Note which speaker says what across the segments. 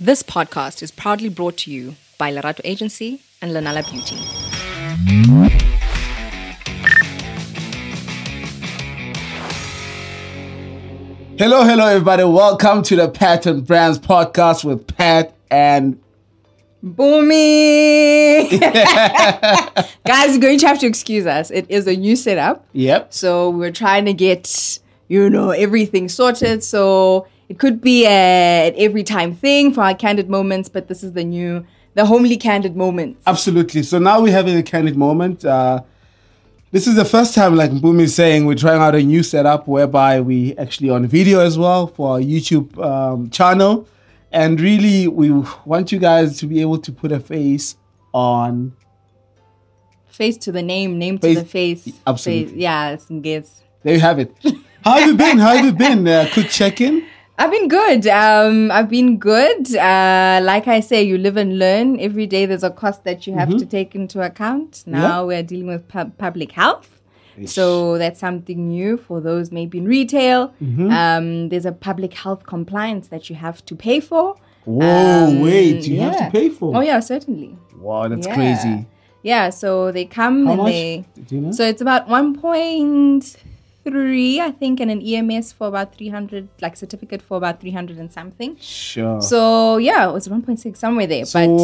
Speaker 1: This podcast is proudly brought to you by Larato Agency and Lanala Beauty.
Speaker 2: Hello, hello, everybody. Welcome to the Pat and Brands podcast with Pat and
Speaker 3: Boomy! Guys, you're going to have to excuse us. It is a new setup.
Speaker 2: Yep.
Speaker 3: So we're trying to get, you know, everything sorted. So it could be a, an every time thing for our candid moments, but this is the new, the homely candid moments.
Speaker 2: Absolutely. So now we're having a candid moment. Uh, this is the first time, like Boom is saying, we're trying out a new setup whereby we actually on video as well for our YouTube um, channel. And really, we want you guys to be able to put a face on.
Speaker 3: Face to the name, name
Speaker 2: Face-
Speaker 3: to the face. Face-
Speaker 2: absolutely.
Speaker 3: yeah, it's guess.
Speaker 2: There you have it. How have you been? How have you been? Uh, quick check in.
Speaker 3: I've been good. Um, I've been good. Uh, like I say, you live and learn. Every day there's a cost that you have
Speaker 2: Mm-hmm.
Speaker 3: to take into account. Now we're dealing with pub- public health. So that's something new for those maybe in retail.
Speaker 2: Mm-hmm.
Speaker 3: Um, there's a public health compliance that you have to pay for.
Speaker 2: Whoa,
Speaker 3: Um,
Speaker 2: wait. You have
Speaker 3: yeah.
Speaker 2: to pay for
Speaker 3: Oh, yeah, certainly.
Speaker 2: Wow, that's
Speaker 3: Yeah.
Speaker 2: crazy.
Speaker 3: Yeah, so they come
Speaker 2: How
Speaker 3: and
Speaker 2: much? Hmm?
Speaker 3: they.
Speaker 2: Do you know?
Speaker 3: So it's about 1.3, I think, and an EMS for about 300, like certificate for about 300 and something.
Speaker 2: sure.
Speaker 3: So yeah, it was 1.6 somewhere there. but
Speaker 2: Oh.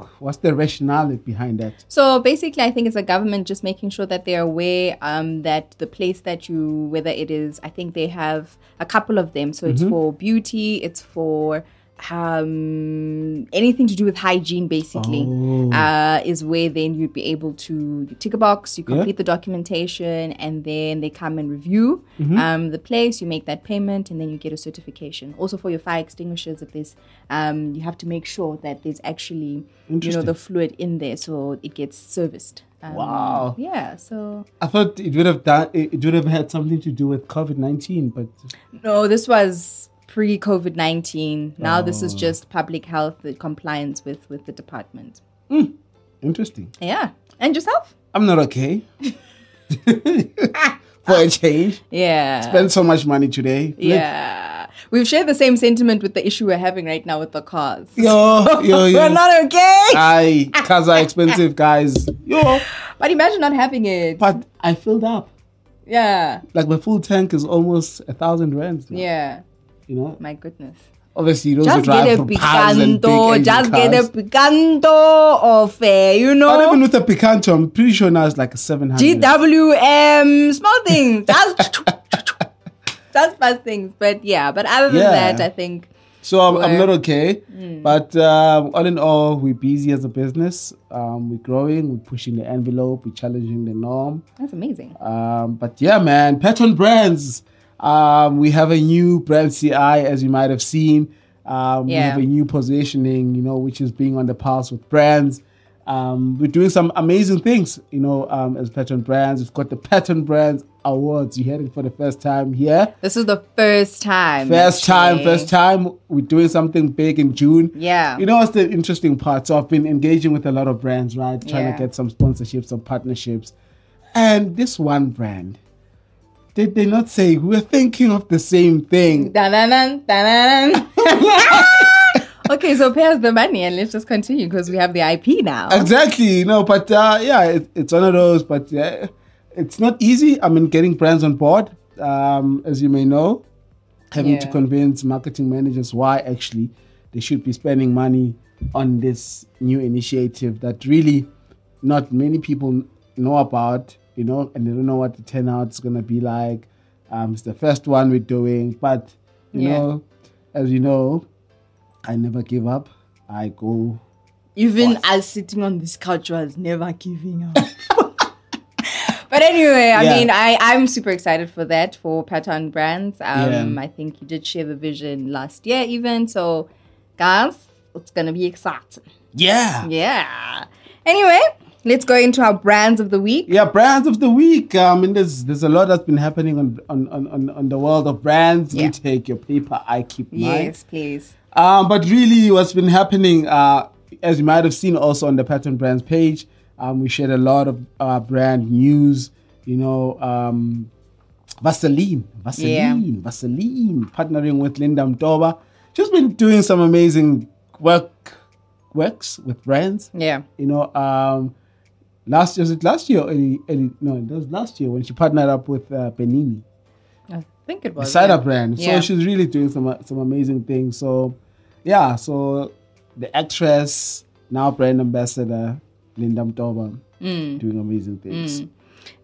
Speaker 2: So, what's the rationale behind that?
Speaker 3: so basically, I think it's the government just making sure that they're aware um, that the place that you, whether it is, I think they have a couple of them. So it's for beauty, it's for um anything to do with hygiene basically
Speaker 2: Oh.
Speaker 3: uh is where then you'd be able to you tick a box you complete the documentation and then they come and review um the place you make that payment and then you get a certification also for your fire extinguishers if there's um you have to make sure that there's actually you know
Speaker 2: Interesting.
Speaker 3: the fluid in there so it gets serviced um,
Speaker 2: Wow.
Speaker 3: yeah so
Speaker 2: I thought it would have done. It it would have had something to do with COVID nineteen, but
Speaker 3: no this was pre covid-19 now this
Speaker 2: Oh.
Speaker 3: is just public health the compliance with with the department
Speaker 2: interesting.
Speaker 3: yeah and yourself
Speaker 2: I'm not okay. For a change,
Speaker 3: yeah
Speaker 2: spent so much money today.
Speaker 3: Uh, Yeah. We've shared the same sentiment with the issue we're having right now with the cars.
Speaker 2: Yo, yo, yo. Ah.
Speaker 3: We're not okay.
Speaker 2: I cars are expensive, guys. Yo,
Speaker 3: but imagine not having it.
Speaker 2: but I filled up.
Speaker 3: yeah.
Speaker 2: Like my full tank is almost a thousand rands. Now,
Speaker 3: Yeah.
Speaker 2: You know,
Speaker 3: My goodness.
Speaker 2: obviously those who
Speaker 3: Just
Speaker 2: drive
Speaker 3: get a
Speaker 2: from cars and big
Speaker 3: picanto.
Speaker 2: Asian
Speaker 3: Just
Speaker 2: cars.
Speaker 3: get a picanto of, uh, you
Speaker 2: Not even
Speaker 3: know,
Speaker 2: with the picanto. I'm pretty sure now it's like a seven hundred.
Speaker 3: GWM, small things. Just, just fast things. But yeah, but other than
Speaker 2: Yeah.
Speaker 3: that, I think.
Speaker 2: So I'm, I'm
Speaker 3: Where-
Speaker 2: not okay, but um, all in all, we're busy as a business. Um, we're growing, we're pushing the envelope, we're challenging the norm.
Speaker 3: That's amazing.
Speaker 2: Um, but yeah, man, Patron Brands. Um, we have a new brand CI, as you might have seen. Um, We
Speaker 3: Yeah.
Speaker 2: have a new positioning, you know, which is being on the pulse with brands. Um, we're doing some amazing things, you know, um, as Patron Brands. We've got the Patron Brands Awards. You heard it for the first time here.
Speaker 3: This is the first time.
Speaker 2: First time,
Speaker 3: actually.
Speaker 2: first time. We're doing something big in June.
Speaker 3: Yeah.
Speaker 2: You know what's the interesting part? So I've been engaging with a lot of brands, right? Trying
Speaker 3: Yeah.
Speaker 2: to get some sponsorships, some partnerships. And this one brand, did they not say we're thinking of the same thing?
Speaker 3: Dun-dun-dun, dun-dun-dun. okay, so pay us the money and let's just continue because we have the IP now.
Speaker 2: Exactly. You know, but uh, yeah, it, it's one of those. But uh, it's not easy. I mean, getting brands on board, um, as you may know, having to
Speaker 3: Yeah.
Speaker 2: convince marketing managers why actually they should be spending money on this new initiative that really not many people know about. You know, and they don't know what the turnout's gonna be like. Um, it's the first one we're doing, but you
Speaker 3: Yeah.
Speaker 2: know, as you know, I never give up. I go
Speaker 3: Even us sitting on this couch was never giving up. but anyway, I
Speaker 2: Yeah.
Speaker 3: mean, I, I'm super excited for that for Pattern Brands. Um,
Speaker 2: Yeah.
Speaker 3: I think you did share the vision last year, even. So, guys, it's going to be exciting.
Speaker 2: Yeah.
Speaker 3: Yeah. Anyway, let's go into our brands of the week.
Speaker 2: Yeah, brands of the week. I mean, there's there's a lot that's been happening on on on, on, on the world of brands. You
Speaker 3: Yeah.
Speaker 2: take your paper, I keep mine.
Speaker 3: Yes, please.
Speaker 2: Um, but really, what's been happening, uh, as you might have seen also on the Pattern Brands page, um, we shared a lot of uh, brand news. You know, um, Vaseline, Vaseline, Vaseline, partnering with Linda Mtoba. She's been doing some amazing work works with brands.
Speaker 3: Yeah.
Speaker 2: You know, um, last was it last year? Or any, any, no, it was last year when she partnered up with uh, Benini,
Speaker 3: I think it
Speaker 2: the
Speaker 3: was.
Speaker 2: cider
Speaker 3: Oh, yeah.
Speaker 2: brand.
Speaker 3: Yeah.
Speaker 2: So she's really doing some uh, some amazing things. So, yeah. So the actress now brand ambassador Linda Mtoba
Speaker 3: Mm.
Speaker 2: doing amazing things.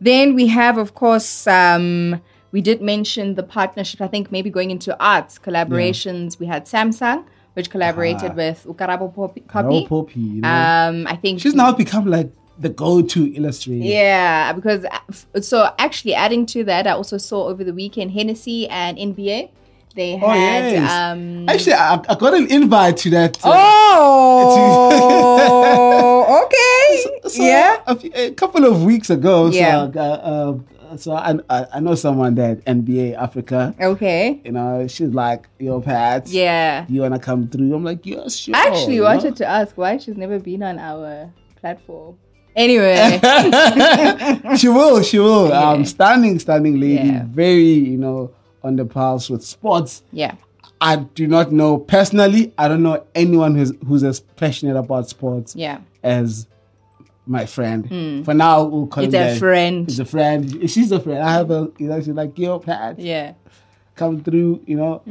Speaker 3: Then we have, of course, um, we did mention the partnership. I think maybe going into arts collaborations, we had Samsung, which collaborated with Ukarabo Pop- Copy.
Speaker 2: Carol Ah. Poppy, you know.
Speaker 3: Um, I think
Speaker 2: she's now become like the go-to illustrator.
Speaker 3: Yeah, because uh, f- so actually adding to that, I also saw over the weekend Hennessy and NBA. They
Speaker 2: Oh
Speaker 3: had
Speaker 2: yes.
Speaker 3: um.
Speaker 2: Actually, I, I got an invite to that. uh,
Speaker 3: Oh, okay.
Speaker 2: So
Speaker 3: yeah.
Speaker 2: a, few- a couple of weeks ago.
Speaker 3: Yeah.
Speaker 2: So, uh, uh, so I, I I know someone that NBA Africa.
Speaker 3: Okay.
Speaker 2: You know, she's like, "Yo, Pat,
Speaker 3: Yeah.
Speaker 2: do you wanna come through?" I'm like, "Yes, sure."
Speaker 3: I actually
Speaker 2: you know?
Speaker 3: wanted to ask why she's never been on our platform. Anyway,
Speaker 2: she will, she will.
Speaker 3: Yeah.
Speaker 2: Um, standing, standing lady,
Speaker 3: Yeah.
Speaker 2: very you know on the pulse with sports.
Speaker 3: yeah.
Speaker 2: I do not know personally. I don't know anyone who's who's as passionate about sports
Speaker 3: Yeah.
Speaker 2: as my friend. For now, we'll call
Speaker 3: Hmm. It's
Speaker 2: him
Speaker 3: a
Speaker 2: that.
Speaker 3: friend.
Speaker 2: He's a friend. She's a friend. I have a, you know, she's like, yo, Pat,
Speaker 3: Yeah. Hmm.
Speaker 2: come through, you know.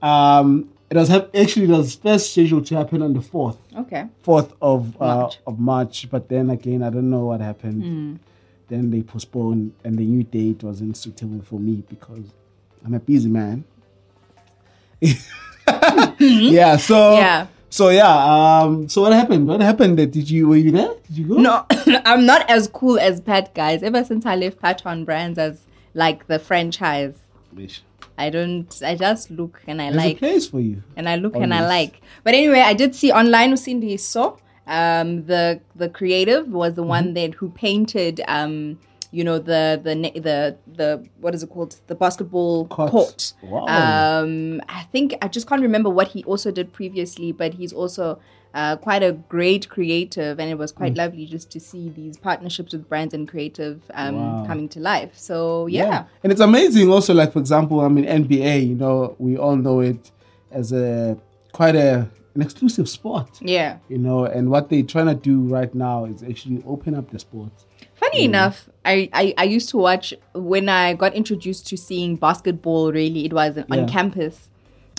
Speaker 2: Um, it was hap- actually it was first scheduled to happen on the fourth,
Speaker 3: Okay.
Speaker 2: fourth of uh,
Speaker 3: March. Hmm.
Speaker 2: of March. But then again, I don't know what happened. Then they postponed, and the new date wasn't suitable for me because I'm a busy man. yeah. So
Speaker 3: Mm-hmm. Yeah.
Speaker 2: So yeah. Um. So what happened? What happened? That did you were you there? Did you go?
Speaker 3: No, I'm not as cool as Pat, guys. Ever since I left Pat on Brands as like the franchise,
Speaker 2: Wish.
Speaker 3: I don't. I just look and I
Speaker 2: There's a
Speaker 3: like.
Speaker 2: place for you.
Speaker 3: and I look and I
Speaker 2: Always.
Speaker 3: like. But anyway, I did see online Usindi saw um, the the creative was the one
Speaker 2: Mm-hmm.
Speaker 3: that who painted um, you know the the ne- the the what is it called the basketball
Speaker 2: Court.
Speaker 3: court.
Speaker 2: Wow.
Speaker 3: Um, I think I just can't remember what he also did previously, but he's also uh, quite a great creative, and it was
Speaker 2: Mm.
Speaker 3: quite lovely just to see these partnerships with brands and creative um,
Speaker 2: Wow.
Speaker 3: coming to life. So yeah,
Speaker 2: And it's amazing also, like, for example, I mean, NBA, you know, we all know it as a quite a, an exclusive sport,
Speaker 3: yeah.
Speaker 2: you know, and what they're trying to do right now is actually open up the sport.
Speaker 3: Funny
Speaker 2: Hmm.
Speaker 3: enough, I, I, I used to watch when I got introduced to seeing basketball. Really, it was on
Speaker 2: Yeah.
Speaker 3: campus,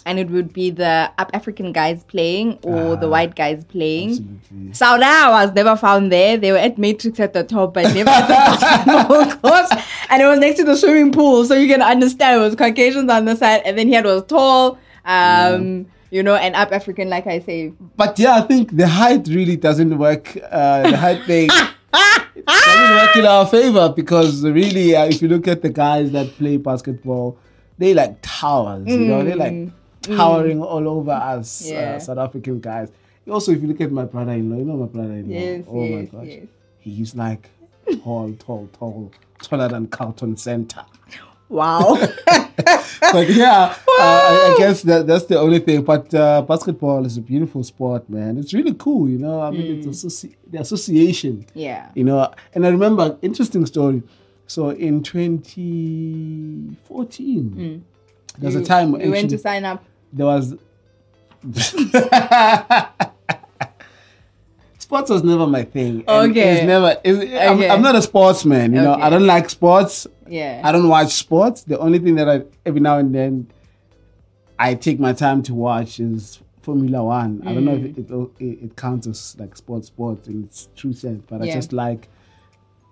Speaker 3: and it would be the up African guys playing or
Speaker 2: Ah,
Speaker 3: the white guys playing.
Speaker 2: Absolutely.
Speaker 3: Saudi was never found there. They were at Matrix at the top, but never at the basketball court. And it was next to the swimming pool, so you can understand it was Caucasians on the side, and then he was tall. Um, you know, and up African, like I say.
Speaker 2: But yeah, I think the height really doesn't work. Uh, the height thing it doesn't work in our favor because really, uh, if you look at the guys that play basketball, they like towers. You know, they're like towering all over us,
Speaker 3: Mm. Yeah.
Speaker 2: uh, South African guys. Also, if you look at my brother-in-law, you know my brother-in-law.
Speaker 3: Yes,
Speaker 2: oh my
Speaker 3: yes,
Speaker 2: gosh,
Speaker 3: yes.
Speaker 2: he's like tall, tall, tall, taller than Carlton Center.
Speaker 3: Wow.
Speaker 2: But yeah, uh, I, I guess that that's the only thing. But uh, basketball is a beautiful sport, man. It's really cool, you know. I mean,
Speaker 3: Mm.
Speaker 2: it's associ- the association,
Speaker 3: yeah.
Speaker 2: you know. And I remember interesting story. So in 2014, there was a time
Speaker 3: Mm. You went to
Speaker 2: actually-
Speaker 3: sign up.
Speaker 2: there was sports was never my thing. and
Speaker 3: Okay.
Speaker 2: it's never. It's, I'm,
Speaker 3: Okay.
Speaker 2: I'm not a sportsman. You know,
Speaker 3: Okay.
Speaker 2: I don't like sports.
Speaker 3: Yeah.
Speaker 2: I don't watch sports. The only thing that I every now and then I take my time to watch is Formula One. I don't know
Speaker 3: Mm.
Speaker 2: if it, it it counts as like sports, sports in its true sense, but I
Speaker 3: Yeah.
Speaker 2: just like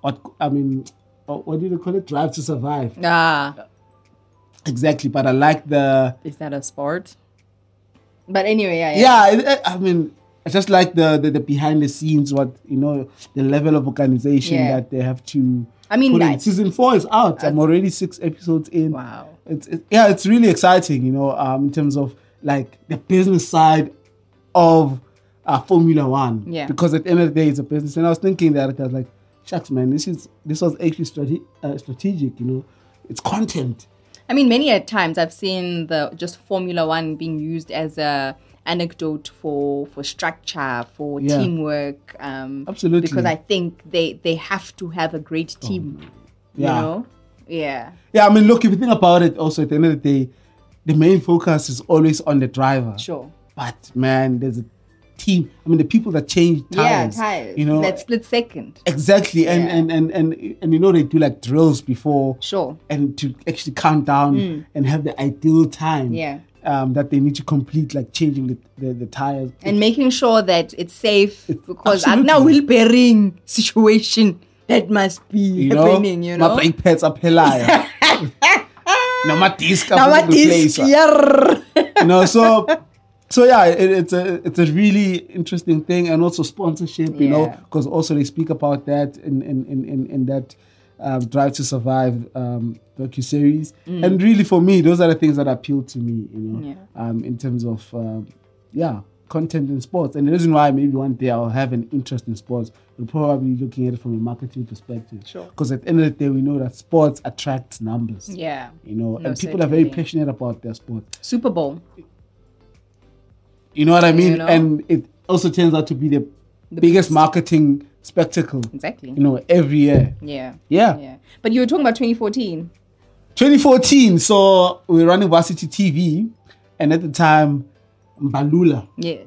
Speaker 2: what I mean. What what do they call it? Drive to Survive.
Speaker 3: Ah,
Speaker 2: Exactly, but I like the
Speaker 3: is that a sport? But anyway, yeah, yeah.
Speaker 2: yeah. it- it- I mean, I just like the, the the behind the scenes. What you know, the level of organization
Speaker 3: Yeah.
Speaker 2: that they have to.
Speaker 3: I mean,
Speaker 2: put in.
Speaker 3: that-
Speaker 2: season four is out. I'm already six episodes in.
Speaker 3: Wow.
Speaker 2: it's it, yeah, it's really exciting, you know, um, in terms of like the business side of uh, Formula One.
Speaker 3: Yeah.
Speaker 2: Because at the end of the day, it's a business, and I was thinking that I was like, shucks, man, this is this was actually strate- uh, strategic, you know, it's content.
Speaker 3: I mean, many a times I've seen the just Formula One being used as a anecdote for for structure, for
Speaker 2: Yeah.
Speaker 3: teamwork. Um,
Speaker 2: Absolutely. Oh.
Speaker 3: Because I think they they have to have a great team.
Speaker 2: Yeah.
Speaker 3: You know. Yeah.
Speaker 2: Yeah, I mean, look, if you think about it, also at the end of the day, the main focus is always on the driver.
Speaker 3: Sure.
Speaker 2: But man, there's a team. I mean, the people that change tires.
Speaker 3: yeah, tires.
Speaker 2: You know,
Speaker 3: that split second.
Speaker 2: exactly. And,
Speaker 3: Yeah.
Speaker 2: and and and and you know they do like drills before.
Speaker 3: Sure. Hmm.
Speaker 2: And to actually count down and have the ideal time.
Speaker 3: Yeah.
Speaker 2: Um, that they need to complete, like changing the the, the tires.
Speaker 3: and making sure that it's safe because at
Speaker 2: absolutely.
Speaker 3: now wheel bearing situation that must be
Speaker 2: you know,
Speaker 3: happening, you know.
Speaker 2: my brake pads are pelaya. no, my disc.
Speaker 3: Now
Speaker 2: are
Speaker 3: what is
Speaker 2: replaced. you know so so yeah it, it's a it's a really interesting thing and also sponsorship you know
Speaker 3: Yeah.
Speaker 2: because also they speak about that in in in, in, in that um, drive to survive um docu series and really for me those are the things that appeal to me you know
Speaker 3: Mm. Yeah.
Speaker 2: um in terms of um, yeah content in sports and the reason why maybe one day i'll have an interest in sports we're probably looking at it from a marketing perspective
Speaker 3: Sure.
Speaker 2: because at the end of the day we know that sports attracts numbers
Speaker 3: Yeah.
Speaker 2: you know
Speaker 3: No,
Speaker 2: and people are very
Speaker 3: certainly.
Speaker 2: passionate about their sport
Speaker 3: Super Bowl.
Speaker 2: you know what I mean?
Speaker 3: know?
Speaker 2: And it also turns out to be the, biggest marketing spectacle,
Speaker 3: Exactly.
Speaker 2: you know, every year.
Speaker 3: Yeah.
Speaker 2: Yeah.
Speaker 3: Yeah. But you were talking about 2014.
Speaker 2: 2014, so we were running Varsity TV, and at the time, Mbalula
Speaker 3: Yes.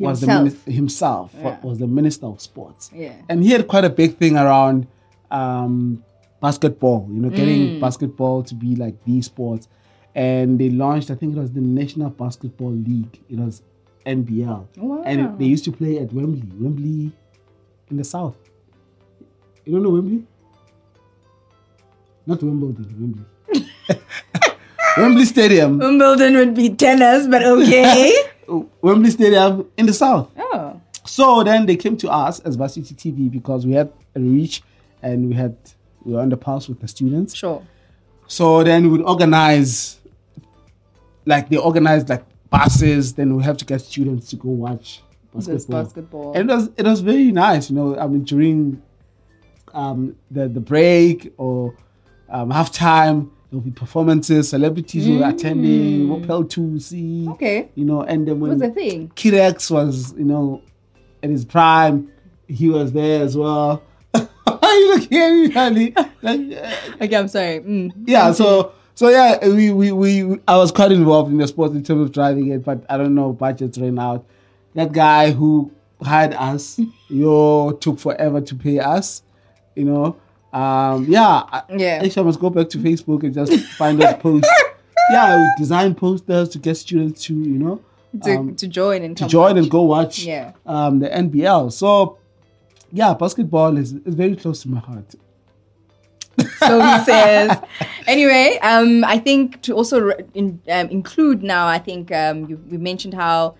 Speaker 2: was the
Speaker 3: Himself.
Speaker 2: minis- himself wa-
Speaker 3: Yeah.
Speaker 2: was the minister of sports,
Speaker 3: Yeah.
Speaker 2: and he had quite a big thing around um, basketball. You know, getting
Speaker 3: Mm.
Speaker 2: basketball to be like the sport, and they launched. I think it was the National Basketball League. It was NBL, and
Speaker 3: Wow.
Speaker 2: it, they used to play at Wembley, Wembley in the south. You don't know Wembley? Not Wimbledon, Wembley. Wembley Stadium,
Speaker 3: Wimbledon would be tennis, but okay.
Speaker 2: Wembley Stadium in the south.
Speaker 3: oh.
Speaker 2: So then they came to us as Varsity TV because we had a reach and we had we were on the pulse with the students.
Speaker 3: Sure.
Speaker 2: So then we would organize like they organized like buses, then we have to get students to go watch
Speaker 3: This
Speaker 2: basketball.
Speaker 3: basketball.
Speaker 2: And it was it was very nice, you know. I mean during um the, the break or um halftime there'll be performances, celebrities who were attending, Opel 2C.
Speaker 3: Mm. Okay.
Speaker 2: You know, and then when
Speaker 3: What was the thing?
Speaker 2: Kirex was, you know, at his prime. He was there as well. Why are you looking at me, Ali? Like, uh,
Speaker 3: Okay, I'm sorry. Mm.
Speaker 2: yeah, so so yeah, we, we we I was quite involved in the sport in terms of driving it, but I don't know, budgets ran out. That guy who hired us, yo, took forever to pay us. You know, um, yeah, I-
Speaker 3: Yeah.
Speaker 2: Actually, I must go back to Facebook and just find those posts. Yeah, we design posters to get students to you know
Speaker 3: To,
Speaker 2: um,
Speaker 3: to join and
Speaker 2: to
Speaker 3: come
Speaker 2: join
Speaker 3: watch.
Speaker 2: and go watch
Speaker 3: Yeah.
Speaker 2: um, the NBL. So, yeah, basketball is, is very close to my heart.
Speaker 3: so he says. Anyway, um, I think to also re- in, um, include now, I think um, you, you mentioned how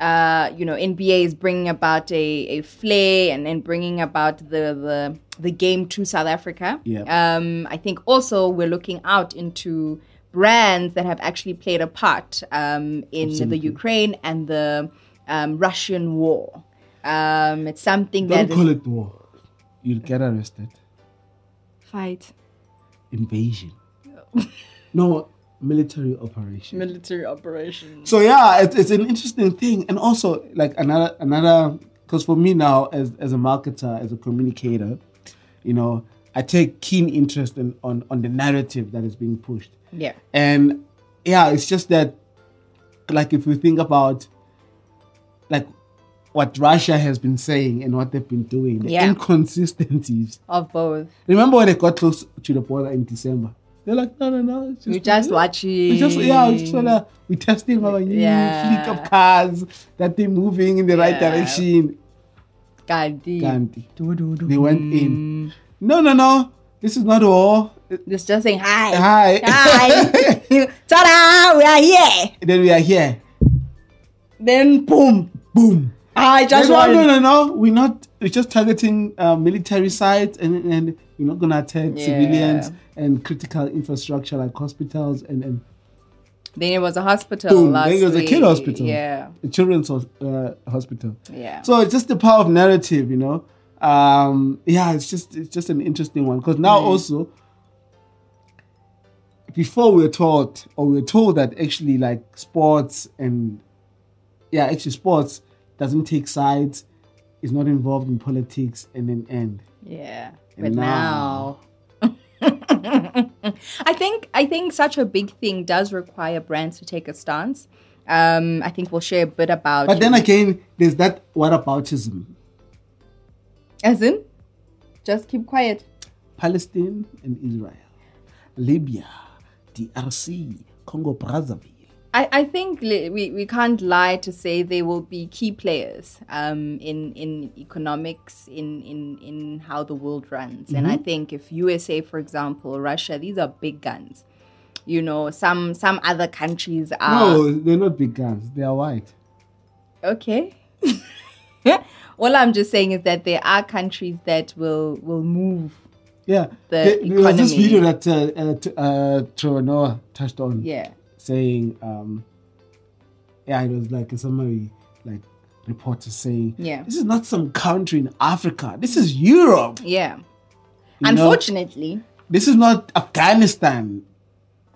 Speaker 3: uh, you know NBA is bringing about a, a flair and, and bringing about the, the the game to South Africa.
Speaker 2: Yeah.
Speaker 3: Um, I think also we're looking out into brands that have actually played a part um, in the Ukraine and the um, Russian war. Um, it's something
Speaker 2: Don't
Speaker 3: that is
Speaker 2: call it war. You'll get arrested.
Speaker 3: fight
Speaker 2: Invasion. no, military operation.
Speaker 3: military operation.
Speaker 2: so yeah, it's, it's an interesting thing, and also like another another because for me now as as a marketer, as a communicator, you know, I take keen interest in on on the narrative that is being pushed.
Speaker 3: Yeah.
Speaker 2: And yeah, it's just that, like, if we think about, like, what Russia has been saying and what they've been doing, the
Speaker 3: Yeah.
Speaker 2: inconsistencies.
Speaker 3: Of both.
Speaker 2: Remember when they got close to the border in December? They're like, no, no, no. It's
Speaker 3: We just watching.
Speaker 2: we Hmm? just yeah, we just wanna we testing our new
Speaker 3: Yeah.
Speaker 2: fleet of cars that they're moving in the right
Speaker 3: Yeah.
Speaker 2: direction.
Speaker 3: Gandhi.
Speaker 2: Gandhi, they went
Speaker 3: Mm.
Speaker 2: in. No, no, no. This is not war.
Speaker 3: Just just saying hi.
Speaker 2: Hi.
Speaker 3: Hi. Ta-da! We are here.
Speaker 2: Then we are here.
Speaker 3: Then boom.
Speaker 2: Boom.
Speaker 3: I just
Speaker 2: Like,
Speaker 3: want.
Speaker 2: no, no, no, no. We're not. We're just targeting uh, military sites, and and we're not gonna attack
Speaker 3: Yeah.
Speaker 2: civilians and critical infrastructure like hospitals and and
Speaker 3: Then it was a hospital
Speaker 2: Boom.
Speaker 3: last
Speaker 2: Then it was a
Speaker 3: week.
Speaker 2: kid hospital.
Speaker 3: Yeah.
Speaker 2: a children's hos- uh, hospital.
Speaker 3: Yeah.
Speaker 2: So it's just the power of narrative, you know. Um, yeah, it's just it's just an interesting one because
Speaker 3: Mm.
Speaker 2: now also before we were taught or we were told that actually like sports and yeah, actually sports doesn't take sides, is not involved in politics and an end.
Speaker 3: Yeah. But
Speaker 2: And
Speaker 3: now.
Speaker 2: now-
Speaker 3: I think I think such a big thing does require brands to take a stance. Um, I think we'll share a bit about.
Speaker 2: But then again, there's that whataboutism.
Speaker 3: as in, just keep quiet.
Speaker 2: Palestine and Israel, Libya, DRC, Congo Brazzaville.
Speaker 3: I, I think li- we, we can't lie to say they will be key players um, in in economics in in in how the world runs. And
Speaker 2: Mm-hmm.
Speaker 3: I think if USA, for example, Russia, these are big guns. You know, some some other countries are
Speaker 2: No, they're not big guns. They are white.
Speaker 3: okay. All I'm just saying is that there are countries that will will move.
Speaker 2: Yeah.
Speaker 3: The
Speaker 2: there, there was this
Speaker 3: economy.
Speaker 2: video that uh, uh, t- uh, Trevor Noah touched on.
Speaker 3: Yeah.
Speaker 2: saying, um, yeah, it was like a summary, like reporter saying,
Speaker 3: Yeah.
Speaker 2: this is not some country in Africa. This is Europe.
Speaker 3: Yeah.
Speaker 2: You know?
Speaker 3: Unfortunately,
Speaker 2: This is not Afghanistan.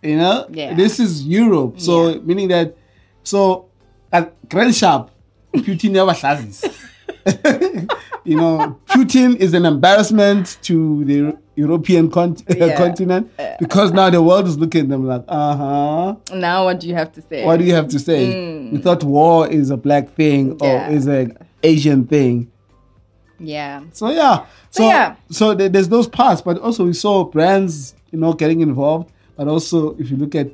Speaker 2: You know,
Speaker 3: Yeah.
Speaker 2: this is Europe. So meaning that, so at Grand Sharp, Putin never shuts. you know, Putin is an embarrassment to the European cont-
Speaker 3: Yeah.
Speaker 2: continent because now the world is looking at them like, uh huh.
Speaker 3: now what do you have to say?
Speaker 2: what do you have to say? We thought war is a black thing
Speaker 3: Mm. Yeah.
Speaker 2: or is an Asian thing.
Speaker 3: yeah.
Speaker 2: So yeah, so
Speaker 3: yeah.
Speaker 2: so there- there's those parts, but also we saw brands, you know, getting involved. But also, if you look at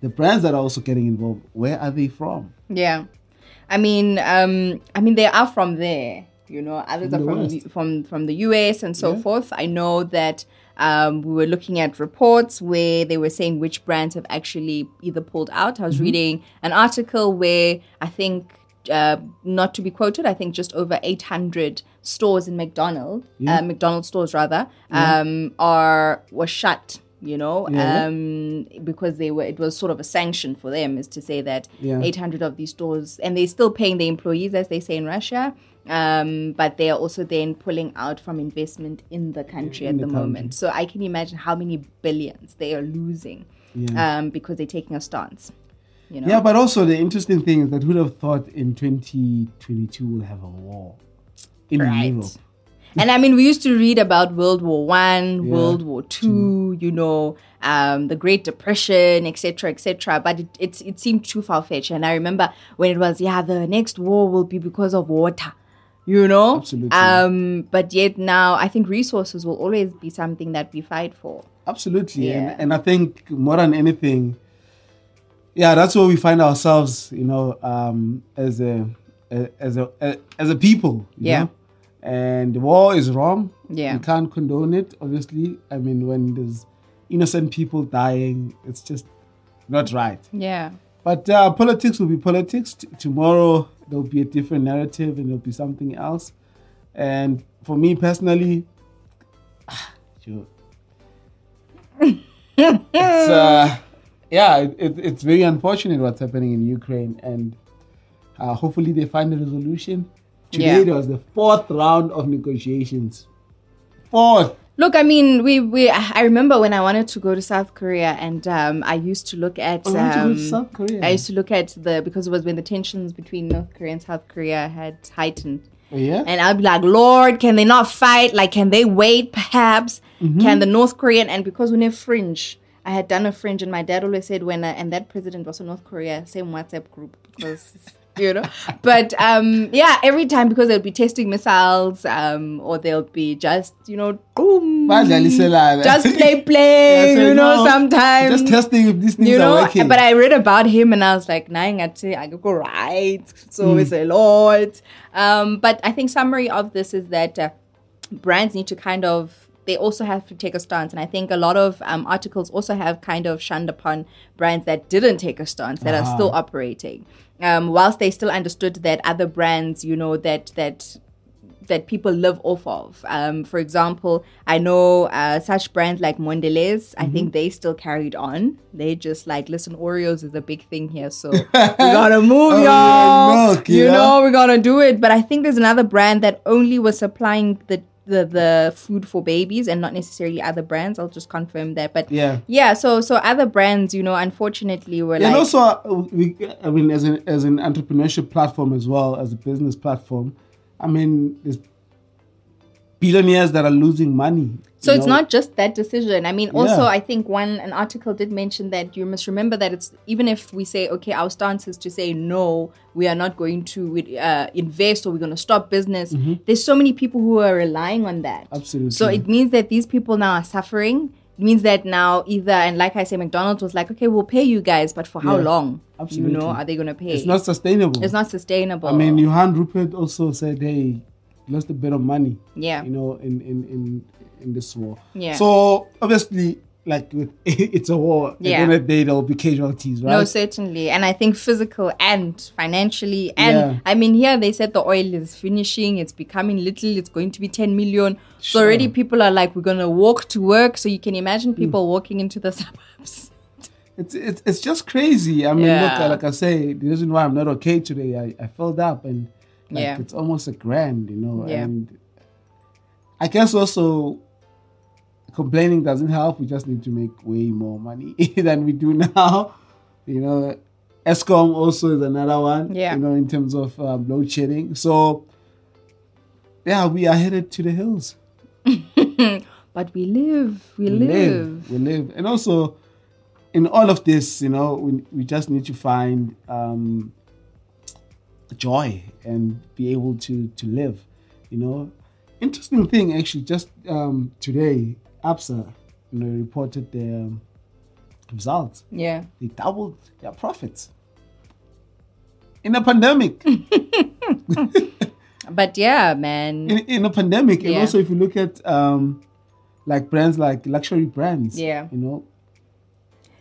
Speaker 2: the brands that are also getting involved, where are they from?
Speaker 3: Yeah, I mean, um, I mean, they are from there. You know, others
Speaker 2: From
Speaker 3: are
Speaker 2: the
Speaker 3: from the,
Speaker 2: West.
Speaker 3: from from the US and so
Speaker 2: Yeah.
Speaker 3: forth. I know that um, we were looking at reports where they were saying which brands have actually either pulled out. I
Speaker 2: Mm-hmm.
Speaker 3: was reading an article where I think. Uh, not to be quoted, I think just over 800 stores in McDonald's, uh, McDonald's stores rather, um, are were shut. You know,
Speaker 2: Yeah.
Speaker 3: um, because they were it was sort of a sanction for them is to say that
Speaker 2: Yeah.
Speaker 3: 800 of these stores and they're still paying their employees as they say in russia um, but they are also then pulling out from investment in the country at
Speaker 2: the
Speaker 3: the, moment so i can imagine how many billions they are losing
Speaker 2: Yeah.
Speaker 3: um, because they're taking a stance you know
Speaker 2: Yeah, but also the interesting thing is that who'd have thought in 2022 we'll have a war in
Speaker 3: Right.
Speaker 2: Europe?
Speaker 3: and I mean, we used to read about World War One, World War Two,
Speaker 2: Mm.
Speaker 3: you know, um, the Great Depression, etc., etc. But it, it's it seemed too far fetched. And I remember when it was, yeah, the next war will be because of water, you know.
Speaker 2: Absolutely.
Speaker 3: Um, but yet now, I think resources will always be something that we fight for.
Speaker 2: Absolutely.
Speaker 3: Yeah.
Speaker 2: And, and I think more than anything, yeah, that's where we find ourselves, you know, um, as a a- as a a- as a people. you
Speaker 3: Yeah.
Speaker 2: know? And war is wrong.
Speaker 3: Yeah.
Speaker 2: We can't condone it, obviously. I mean, when there's innocent people dying, it's just not right.
Speaker 3: Yeah.
Speaker 2: But uh, politics will be politics. T- tomorrow there'll be a different narrative and there'll be something else. And for me personally, sure. it's, uh, yeah, it, it, it's very unfortunate what's happening in Ukraine. And uh, hopefully they find a resolution. Today
Speaker 3: Yeah.
Speaker 2: there was the fourth round of negotiations. Fourth.
Speaker 3: Look, I mean, we, we I remember when I wanted to go to South Korea, and um, I used to look at.
Speaker 2: Oh, I want to go
Speaker 3: um,
Speaker 2: to South Korea.
Speaker 3: I used to look at the because it was when the tensions between North Korea and South Korea had heightened.
Speaker 2: yeah.
Speaker 3: And I'd be like, Lord, can they not fight? Like, can they wait perhaps? Can the North Korean, and because we never fringe, I had done a fringe, and my dad always said, when, uh, and that president was from North Korea, same WhatsApp group, because, you know. But um, yeah, every time, because they'll be testing missiles, um, or they'll be just, you know, boom,
Speaker 2: Badlaliselana.
Speaker 3: just play,
Speaker 2: Yeah,
Speaker 3: play,
Speaker 2: so
Speaker 3: you know,
Speaker 2: no,
Speaker 3: sometimes
Speaker 2: Just testing if these things
Speaker 3: you
Speaker 2: are
Speaker 3: know
Speaker 2: working.
Speaker 3: but i read about him and i was like nine at i could go right
Speaker 2: Hmm.
Speaker 3: so it's a lot um but i think summary of this is that uh, brands need to kind of they also have to take a stance and i think a lot of um, articles also have kind of shunned upon brands that didn't take a stance that
Speaker 2: Uh-huh.
Speaker 3: are still operating um, whilst they still understood that other brands you know that that that people live off of. Um, for example, I know uh, such brands like Mondelez. I
Speaker 2: Mm-hmm.
Speaker 3: think they still carried on. They just like listen, Oreos is a big thing here, so we gotta move,
Speaker 2: Oh, yeah,
Speaker 3: y'all.
Speaker 2: milk,
Speaker 3: you
Speaker 2: yeah.
Speaker 3: know, we gotta do it. But I think there's another brand that only was supplying the the, the food for babies and not necessarily other brands. I'll just confirm that. But
Speaker 2: Yeah.
Speaker 3: yeah. So so other brands, you know, unfortunately, were like
Speaker 2: and also, uh, we, I mean, as an as an entrepreneurship platform as well as a business platform, I mean, there's billionaires that are losing money.
Speaker 3: So
Speaker 2: you
Speaker 3: it's
Speaker 2: know?
Speaker 3: not just that decision. I mean, also
Speaker 2: Yeah.
Speaker 3: I think one an article did mention that you must remember that it's even if we say okay, our stance is to say no, we are not going to uh, invest or we're going to stop business. There's so many people who are relying on that.
Speaker 2: Mm-hmm. Absolutely.
Speaker 3: So it means that these people now are suffering. It means that now either and like I say, McDonald's was like, okay, we'll pay you guys, but for how
Speaker 2: Yeah.
Speaker 3: long?
Speaker 2: Absolutely.
Speaker 3: You know, are they going to pay?
Speaker 2: It's not sustainable.
Speaker 3: It's not sustainable.
Speaker 2: I mean, Johan Rupert also said, "Hey, lost a bit of money."
Speaker 3: Yeah.
Speaker 2: You know, in in in in this war.
Speaker 3: Yeah.
Speaker 2: So obviously, like with, it's a war. At the
Speaker 3: Yeah.
Speaker 2: end of the day, there will be casualties, right?
Speaker 3: No, certainly. And I think physical and financially. And
Speaker 2: Yeah.
Speaker 3: I mean, here they said the oil is finishing, it's becoming little, it's going to be 10 million. So
Speaker 2: Sure. Hmm.
Speaker 3: already people are like, we're going to walk to work. So you can imagine people walking into the suburbs.
Speaker 2: it's, it's it's just crazy. I mean,
Speaker 3: Yeah.
Speaker 2: look, like I say, the reason why I'm not okay today, I, I filled up and like
Speaker 3: Yeah.
Speaker 2: it's almost a grand, you know.
Speaker 3: Yeah.
Speaker 2: And I guess also complaining doesn't help. We just need to make way more money than we do now. You know, ESCOM also is another one.
Speaker 3: Yeah.
Speaker 2: You know, in terms of um, load shedding. So yeah, we are headed to the hills.
Speaker 3: But we live, we,
Speaker 2: We
Speaker 3: live.
Speaker 2: live. We live. And also, in all of this, you know, we, we just need to find um, joy and be able to, to live, you know. Interesting thing, actually, just um, today, APSA you know, reported their results.
Speaker 3: Yeah.
Speaker 2: They doubled their profits in a pandemic.
Speaker 3: But yeah, man.
Speaker 2: in, in a pandemic and
Speaker 3: Yeah.
Speaker 2: also if you look at um like brands like luxury brands
Speaker 3: Yeah.
Speaker 2: you know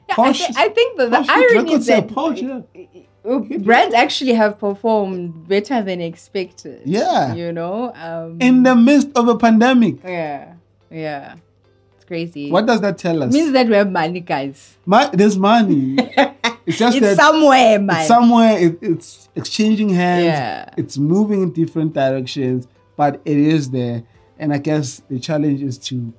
Speaker 3: Yeah, I,
Speaker 2: Porsche-
Speaker 3: thi- I think that the
Speaker 2: Porsche,
Speaker 3: irony
Speaker 2: records
Speaker 3: is
Speaker 2: sell
Speaker 3: that
Speaker 2: Porsche, yeah.
Speaker 3: uh, brands actually have performed better than expected.
Speaker 2: Yeah.
Speaker 3: You know? Um,
Speaker 2: in the midst of a pandemic
Speaker 3: yeah. Yeah. It's crazy.
Speaker 2: what does that tell us
Speaker 3: means that we have money, guys.
Speaker 2: Ma- there's money it's just
Speaker 3: It's
Speaker 2: that
Speaker 3: somewhere, man.
Speaker 2: it's somewhere it, it's exchanging hands
Speaker 3: Yeah.
Speaker 2: it's moving in different directions but it is there and i guess the challenge is to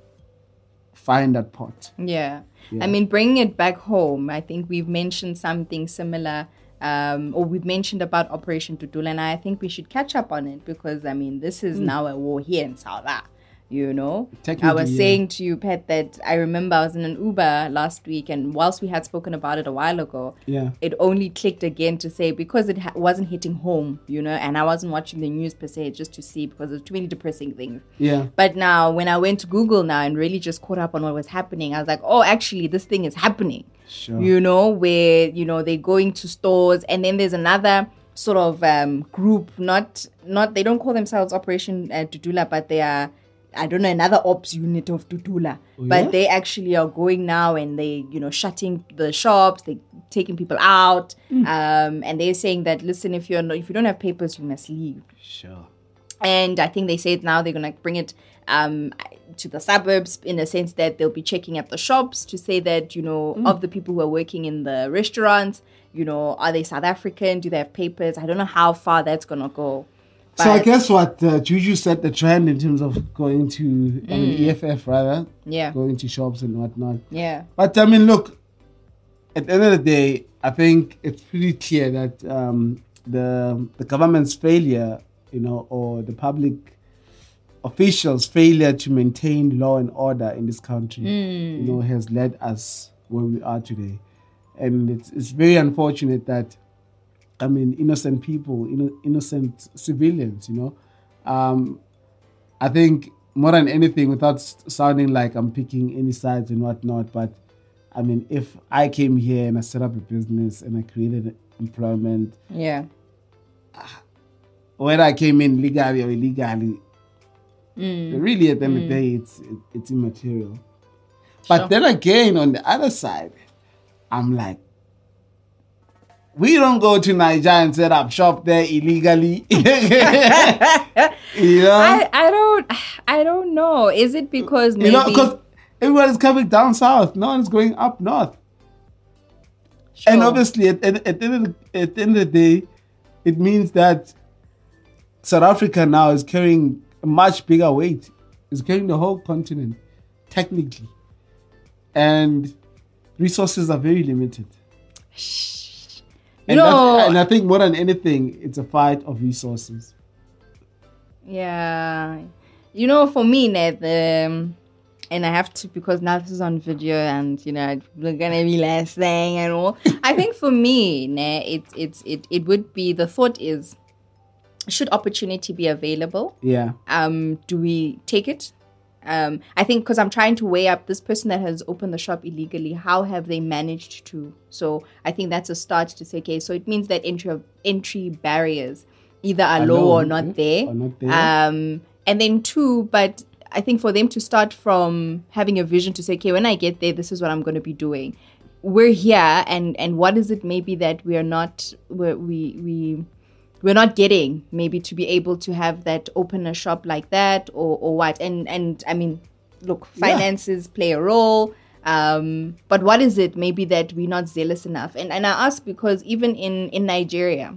Speaker 2: find that pot
Speaker 3: yeah. I mean, bringing it back home, I think we've mentioned something similar, um, or we've mentioned about Operation Tudul, and I think we should catch up on it because, I mean, this is now a war here in Salah. You know, I
Speaker 2: Technically,
Speaker 3: was
Speaker 2: yeah.
Speaker 3: saying to you, Pet, that I remember I was in an Uber last week, and whilst we had spoken about it a while ago,
Speaker 2: yeah
Speaker 3: it only clicked again to say because it ha- wasn't hitting home, you know, and I wasn't watching the news per se just to see because there's too many depressing things.
Speaker 2: yeah
Speaker 3: But now, when I went to Google now and really just caught up on what was happening, I was like, oh, actually, this thing is happening.
Speaker 2: Sure.
Speaker 3: You know, where you know they're going to stores, and then there's another sort of um, group. Not, not they don't call themselves Operation uh, Dudula, but they are. I don't know another ops unit of Dudula,
Speaker 2: yeah?
Speaker 3: but they actually are going now and they, you know, shutting the shops, they taking people out, um, and they're saying that listen, if you're not, if you don't have papers, you must leave
Speaker 2: sure
Speaker 3: and I think they said now they're gonna bring it um, to the suburbs in a sense that they'll be checking at the shops to say that you know
Speaker 2: Mm.
Speaker 3: of the people who are working in the restaurants, you know, are they South African? Do they have papers? I don't know how far that's gonna go. But
Speaker 2: So I guess what uh, Juju set the trend in terms of going to I mean, EFF rather,
Speaker 3: yeah,
Speaker 2: going to shops and whatnot.
Speaker 3: yeah,
Speaker 2: But I mean, look, at the end of the day, I think it's pretty clear that um, the the government's failure, you know, or the public officials' failure to maintain law and order in this country, you know, has led us where we are today, and it's it's very unfortunate that. I mean, innocent people, inno- innocent civilians, you know. Um, I think more than anything, without s- sounding like I'm picking any sides and whatnot, but I mean, if I came here and I set up a business and I created employment,
Speaker 3: yeah,
Speaker 2: whether I came in legally or illegally, really at the end of the day, it's it, it's immaterial. But
Speaker 3: Sure.
Speaker 2: then again, on the other side, I'm like, we don't go to Niger and set up shop there illegally. you know?
Speaker 3: I, I don't I don't know. Is it because
Speaker 2: You
Speaker 3: maybe
Speaker 2: know, because everybody's coming down south. No one's going up north. And
Speaker 3: Sure.
Speaker 2: obviously, at, at, at, the end of the, at the end of the day, it means that South Africa now is carrying a much bigger weight. It's carrying the whole continent, technically. And resources are very limited. And,
Speaker 3: No.
Speaker 2: that's, and I think more than anything, it's a fight of resources.
Speaker 3: Yeah. you know, for me, Ned, um, and I have to because now this is on video, and you know we're gonna be less saying and all. I think for me, ne, it it's it it would be the thought is, should opportunity be available?
Speaker 2: Yeah.
Speaker 3: um, do we take it? Um, I think because I'm trying to weigh up this person that has opened the shop illegally, how have they managed to? So I think that's a start to say, okay, so it means that entry entry barriers either are, low,
Speaker 2: low,
Speaker 3: or not
Speaker 2: yeah,
Speaker 3: there.
Speaker 2: or not there.
Speaker 3: Um, and then two, but I think for them to start from having a vision to say, okay, when I get there, this is what I'm going to be doing. We're here, and and what is it maybe that we are not we're, we we we're not getting maybe to be able to have that open a shop like that or or what and and i mean look finances play a role um but what is it maybe that we're not zealous enough and and i ask because even in in nigeria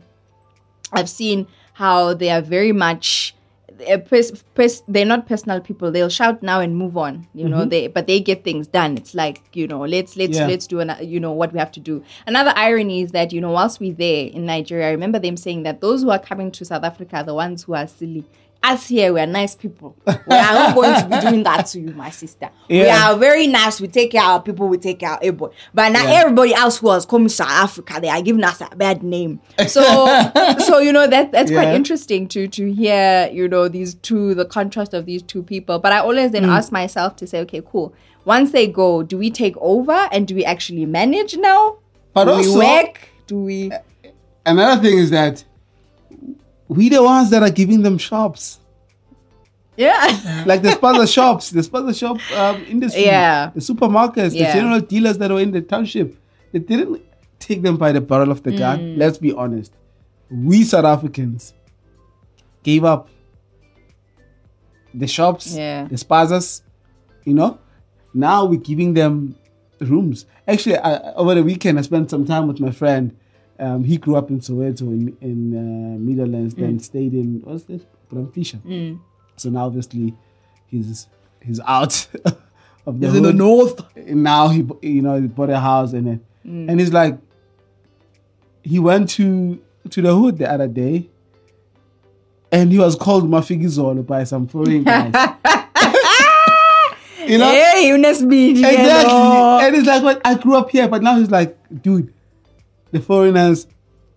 Speaker 3: I've seen how they are very much they're pers- pers- they're not personal people. They'll shout now and move on, you know. They but they get things done. It's like you know, let's let's
Speaker 2: Mm-hmm. Yeah.
Speaker 3: let's do an, you know what we have to do. Another irony is that you know whilst we're there in Nigeria, I remember them saying that those who are coming to South Africa are the ones who are silly. Us here, we are nice people. We are not going to be doing that to you, my sister. We
Speaker 2: Yeah.
Speaker 3: are very nice. We take care of our people. We take care of everybody. But now
Speaker 2: Yeah.
Speaker 3: everybody else who has come to South Africa, they are giving us a bad name. So, so you know that that's quite
Speaker 2: Yeah.
Speaker 3: interesting to to hear. You know these two, the contrast of these two people. But I always then
Speaker 2: Mm.
Speaker 3: ask myself to say, okay, cool. Once they go, do we take over and do we actually manage now?
Speaker 2: But
Speaker 3: do
Speaker 2: also- eh,
Speaker 3: we work? Do we?
Speaker 2: Another thing is that we the ones that are giving them shops.
Speaker 3: Yeah.
Speaker 2: Like the sponsor shops, the sponsor shop um, industry,
Speaker 3: Yeah.
Speaker 2: the supermarkets,
Speaker 3: Yeah.
Speaker 2: the general dealers that were in the township. They didn't take them by the barrel of the
Speaker 3: Mm.
Speaker 2: gun. Let's be honest. We South Africans gave up the shops,
Speaker 3: Yeah.
Speaker 2: the spazas, you know. Now we're giving them rooms. Actually, I, over the weekend, I spent some time with my friend. Um, he grew up in Soweto in, in uh, Midlands,
Speaker 3: Mm.
Speaker 2: then stayed in, what's this? Bramfisher. So now, obviously, he's he's out of the, hood.
Speaker 3: north. Mm.
Speaker 2: And now he, bu- you know, he bought a house and then, and he's like, he went to to the hood the other day, and he was called Mafigizolo by some foreign guys. you know,
Speaker 3: Hey, you must be
Speaker 2: Exactly.
Speaker 3: together.
Speaker 2: And it's like, what I grew up here, but now he's like, dude, the foreigners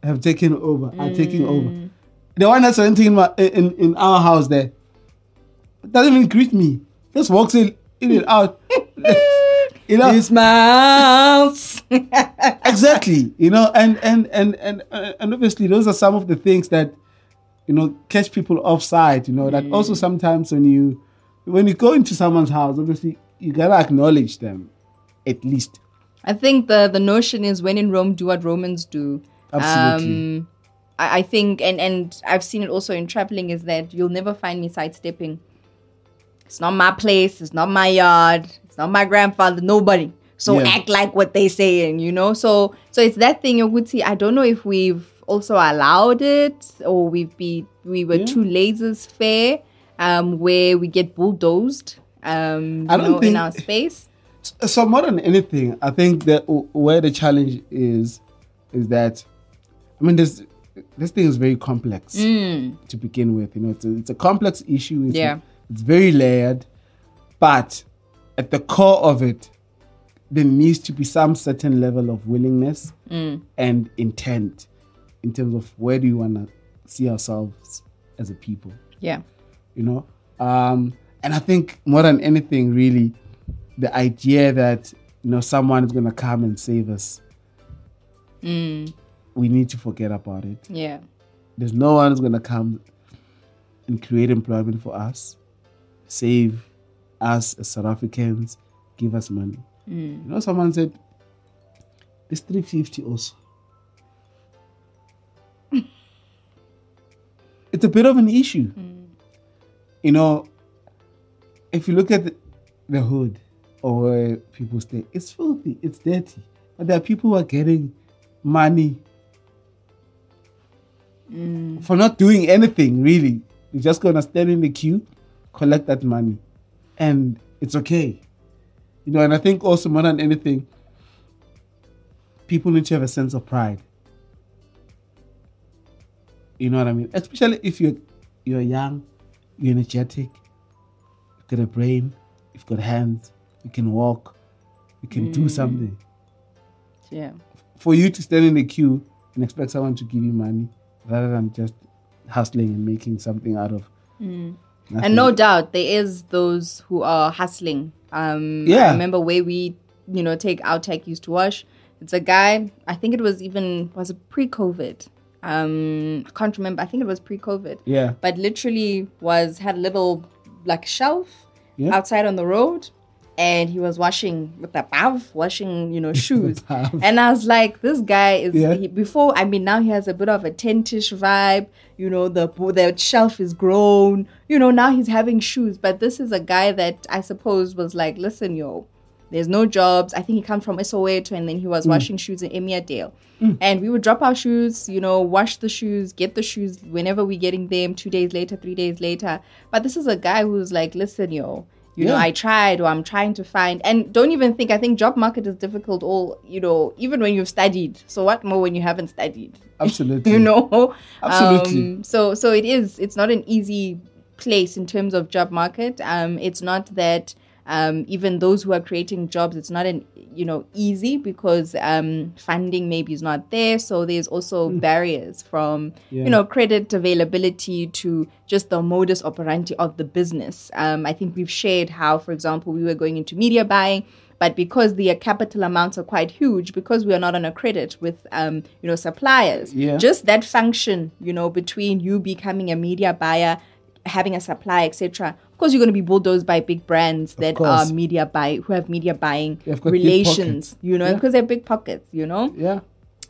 Speaker 2: have taken over, are taking over. The one that's renting in, my, in, in our house there doesn't even greet me, just walks in, in and out. you know,
Speaker 3: This mouse.
Speaker 2: exactly. You know, and, and, and, and, uh, and obviously, those are some of the things that, you know, catch people offside, you know, that also sometimes when you, when you go into someone's house, obviously, you gotta acknowledge them at least.
Speaker 3: I think the the notion is when in Rome, do what Romans do.
Speaker 2: Absolutely.
Speaker 3: Um, I, I think, and and I've seen it also in traveling, is that you'll never find me sidestepping. It's not my place. It's not my yard. It's not my grandfather. Nobody. So
Speaker 2: Yeah.
Speaker 3: act like what they saying, you know. So so it's that thing, Yoguti. I don't know if we've also allowed it or we've be we were too lasers fair, um, where we get bulldozed, um,
Speaker 2: I
Speaker 3: you
Speaker 2: don't
Speaker 3: know, in
Speaker 2: think-
Speaker 3: our space.
Speaker 2: So more than anything, I think that w- where the challenge is, is that, I mean, this this thing is very complex to begin with. You know, it's a, it's a complex issue. It's,
Speaker 3: Yeah.
Speaker 2: it's very layered, but at the core of it, there needs to be some certain level of willingness and intent in terms of where do you want to see ourselves as a people
Speaker 3: Yeah.
Speaker 2: you know um and i think more than anything really the idea that you know someone is going to come and save us we need to forget about it
Speaker 3: Yeah.
Speaker 2: there's no one who's going to come and create employment for us save us as south africans give us money you know someone said it's 350 also it's a bit of an issue you know, if you look at the, the hood or where people stay, it's filthy, it's dirty. But there are people who are getting money for not doing anything, really. You're just going to stand in the queue, collect that money, and it's okay. You know, and I think also more than anything, people need to have a sense of pride. You know what I mean? Especially if you're you're young, you're energetic, you've got a brain, you've got hands, you can walk, you can do something.
Speaker 3: Yeah.
Speaker 2: For you to stand in the queue and expect someone to give you money rather than just hustling and making something out of
Speaker 3: Mm. And no doubt there is those who are hustling. Um
Speaker 2: Yeah.
Speaker 3: I remember where we, you know, take our tech used to wash. It's a guy, I think it was even was it pre COVID. Um I can't remember. I think it was pre COVID.
Speaker 2: Yeah.
Speaker 3: But literally was had a little like shelf
Speaker 2: Yeah.
Speaker 3: outside on the road and he was washing with the bath, washing, you know, shoes.
Speaker 2: bav.
Speaker 3: and I was like, this guy is
Speaker 2: Yeah.
Speaker 3: he, before. I mean, now he has a bit of a tentish vibe. You know, the the shelf is grown. You know, now he's having shoes. But this is a guy that I suppose was like, listen, yo, there's no jobs. I think he comes from Soweto, and then he
Speaker 2: Mm.
Speaker 3: was washing shoes in Emirdale. And we would drop our shoes, you know, wash the shoes, get the shoes whenever we're getting them. Two days later, three days later. But this is a guy who's like, listen, yo. You know,
Speaker 2: Yeah.
Speaker 3: I tried or I'm trying to find and don't even think I think job market is difficult all you know, even when you've studied. So what more when you haven't studied?
Speaker 2: Absolutely.
Speaker 3: You know?
Speaker 2: Absolutely.
Speaker 3: Um, so so it is it's not an easy place in terms of job market. Um it's not that um even those who are creating jobs, it's not an you know, easy because um funding maybe is not there. So there's also barriers from
Speaker 2: Hmm. Yeah.
Speaker 3: you know credit availability to just the modus operandi of the business. Um, I think we've shared how, for example, we were going into media buying, but because the uh, capital amounts are quite huge, because we are not on a credit with um, you know suppliers,
Speaker 2: Yeah.
Speaker 3: just that function, you know, between you becoming a media buyer, having a supply, etc. Of course, you're going to be bulldozed by big brands that are
Speaker 2: course.
Speaker 3: media buy who have media buying
Speaker 2: They've got big
Speaker 3: relations,
Speaker 2: pockets.
Speaker 3: you know,
Speaker 2: Yeah.
Speaker 3: because they're big pockets, you know
Speaker 2: Yeah.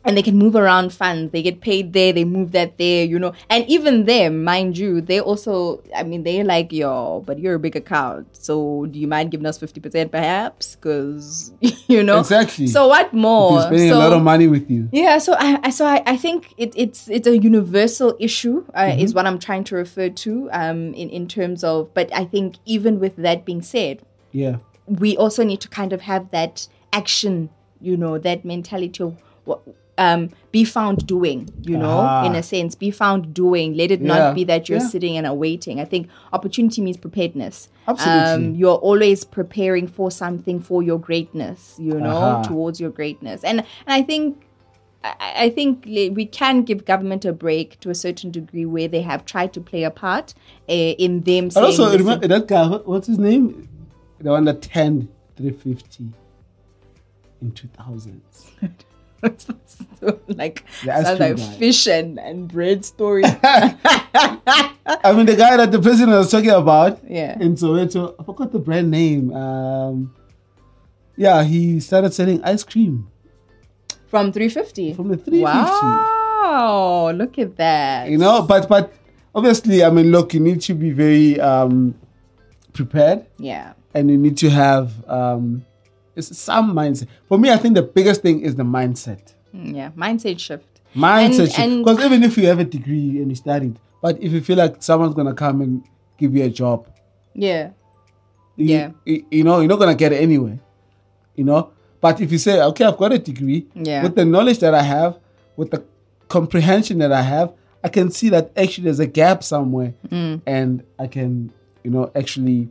Speaker 3: and they can move around funds. They get paid there, they move that there, you know. And even them, mind you, they also, I mean, they're like, yo, but you're a big account. So do you mind giving us 50% perhaps? Because, you know.
Speaker 2: Exactly.
Speaker 3: So what more?
Speaker 2: He's spending
Speaker 3: Oh, so,
Speaker 2: a lot of money with you.
Speaker 3: yeah, so I, I so I, I think it, it's it's a universal issue uh, is what I'm trying to refer to um, in in terms of. But I think even with that being said,
Speaker 2: Yeah.
Speaker 3: we also need to kind of have that action, you know, that mentality of what um, be found doing, you know,
Speaker 2: Ah.
Speaker 3: in a sense, be found doing. Let it
Speaker 2: Yeah,
Speaker 3: not be that you're
Speaker 2: yeah.
Speaker 3: sitting and awaiting. I think opportunity means preparedness. Um,
Speaker 2: Absolutely.
Speaker 3: you're always preparing for something for your greatness, you know,
Speaker 2: Aha.
Speaker 3: towards your greatness. And and I think I, I think le- we can give government a break to a certain degree where they have tried to play a part uh, in them.
Speaker 2: And
Speaker 3: Saying,
Speaker 2: also,
Speaker 3: "Listen,
Speaker 2: remember that guy, what- what's his name? The one that turned 350 in 2000s.
Speaker 3: like
Speaker 2: The ice
Speaker 3: sounds
Speaker 2: cream
Speaker 3: like
Speaker 2: guy.
Speaker 3: fish and, and bread story.
Speaker 2: I mean, the guy that the president was talking about
Speaker 3: Uh, Yeah.
Speaker 2: in Soweto, I forgot the brand name. Um, yeah, he started selling ice cream
Speaker 3: From 350.
Speaker 2: from the 350.
Speaker 3: Wow, look at that.
Speaker 2: You know, but but obviously, I mean, look, you need to be very um, prepared.
Speaker 3: Yeah.
Speaker 2: and you need to have um, it's some mindset. For me, I think the biggest thing is the mindset.
Speaker 3: Mm, Yeah. Mindset shift.
Speaker 2: Mindset,
Speaker 3: And-
Speaker 2: because even if you have a degree and you studied, but if you feel like someone's gonna come and give you a job,
Speaker 3: Yeah.
Speaker 2: you,
Speaker 3: Yeah.
Speaker 2: you, you know, you're not gonna get it anyway, you know. But if you say, okay, I've got a degree,
Speaker 3: Yeah.
Speaker 2: with the knowledge that I have, with the comprehension that I have, I can see that actually there's a gap somewhere,
Speaker 3: Mm.
Speaker 2: and I can, you know, actually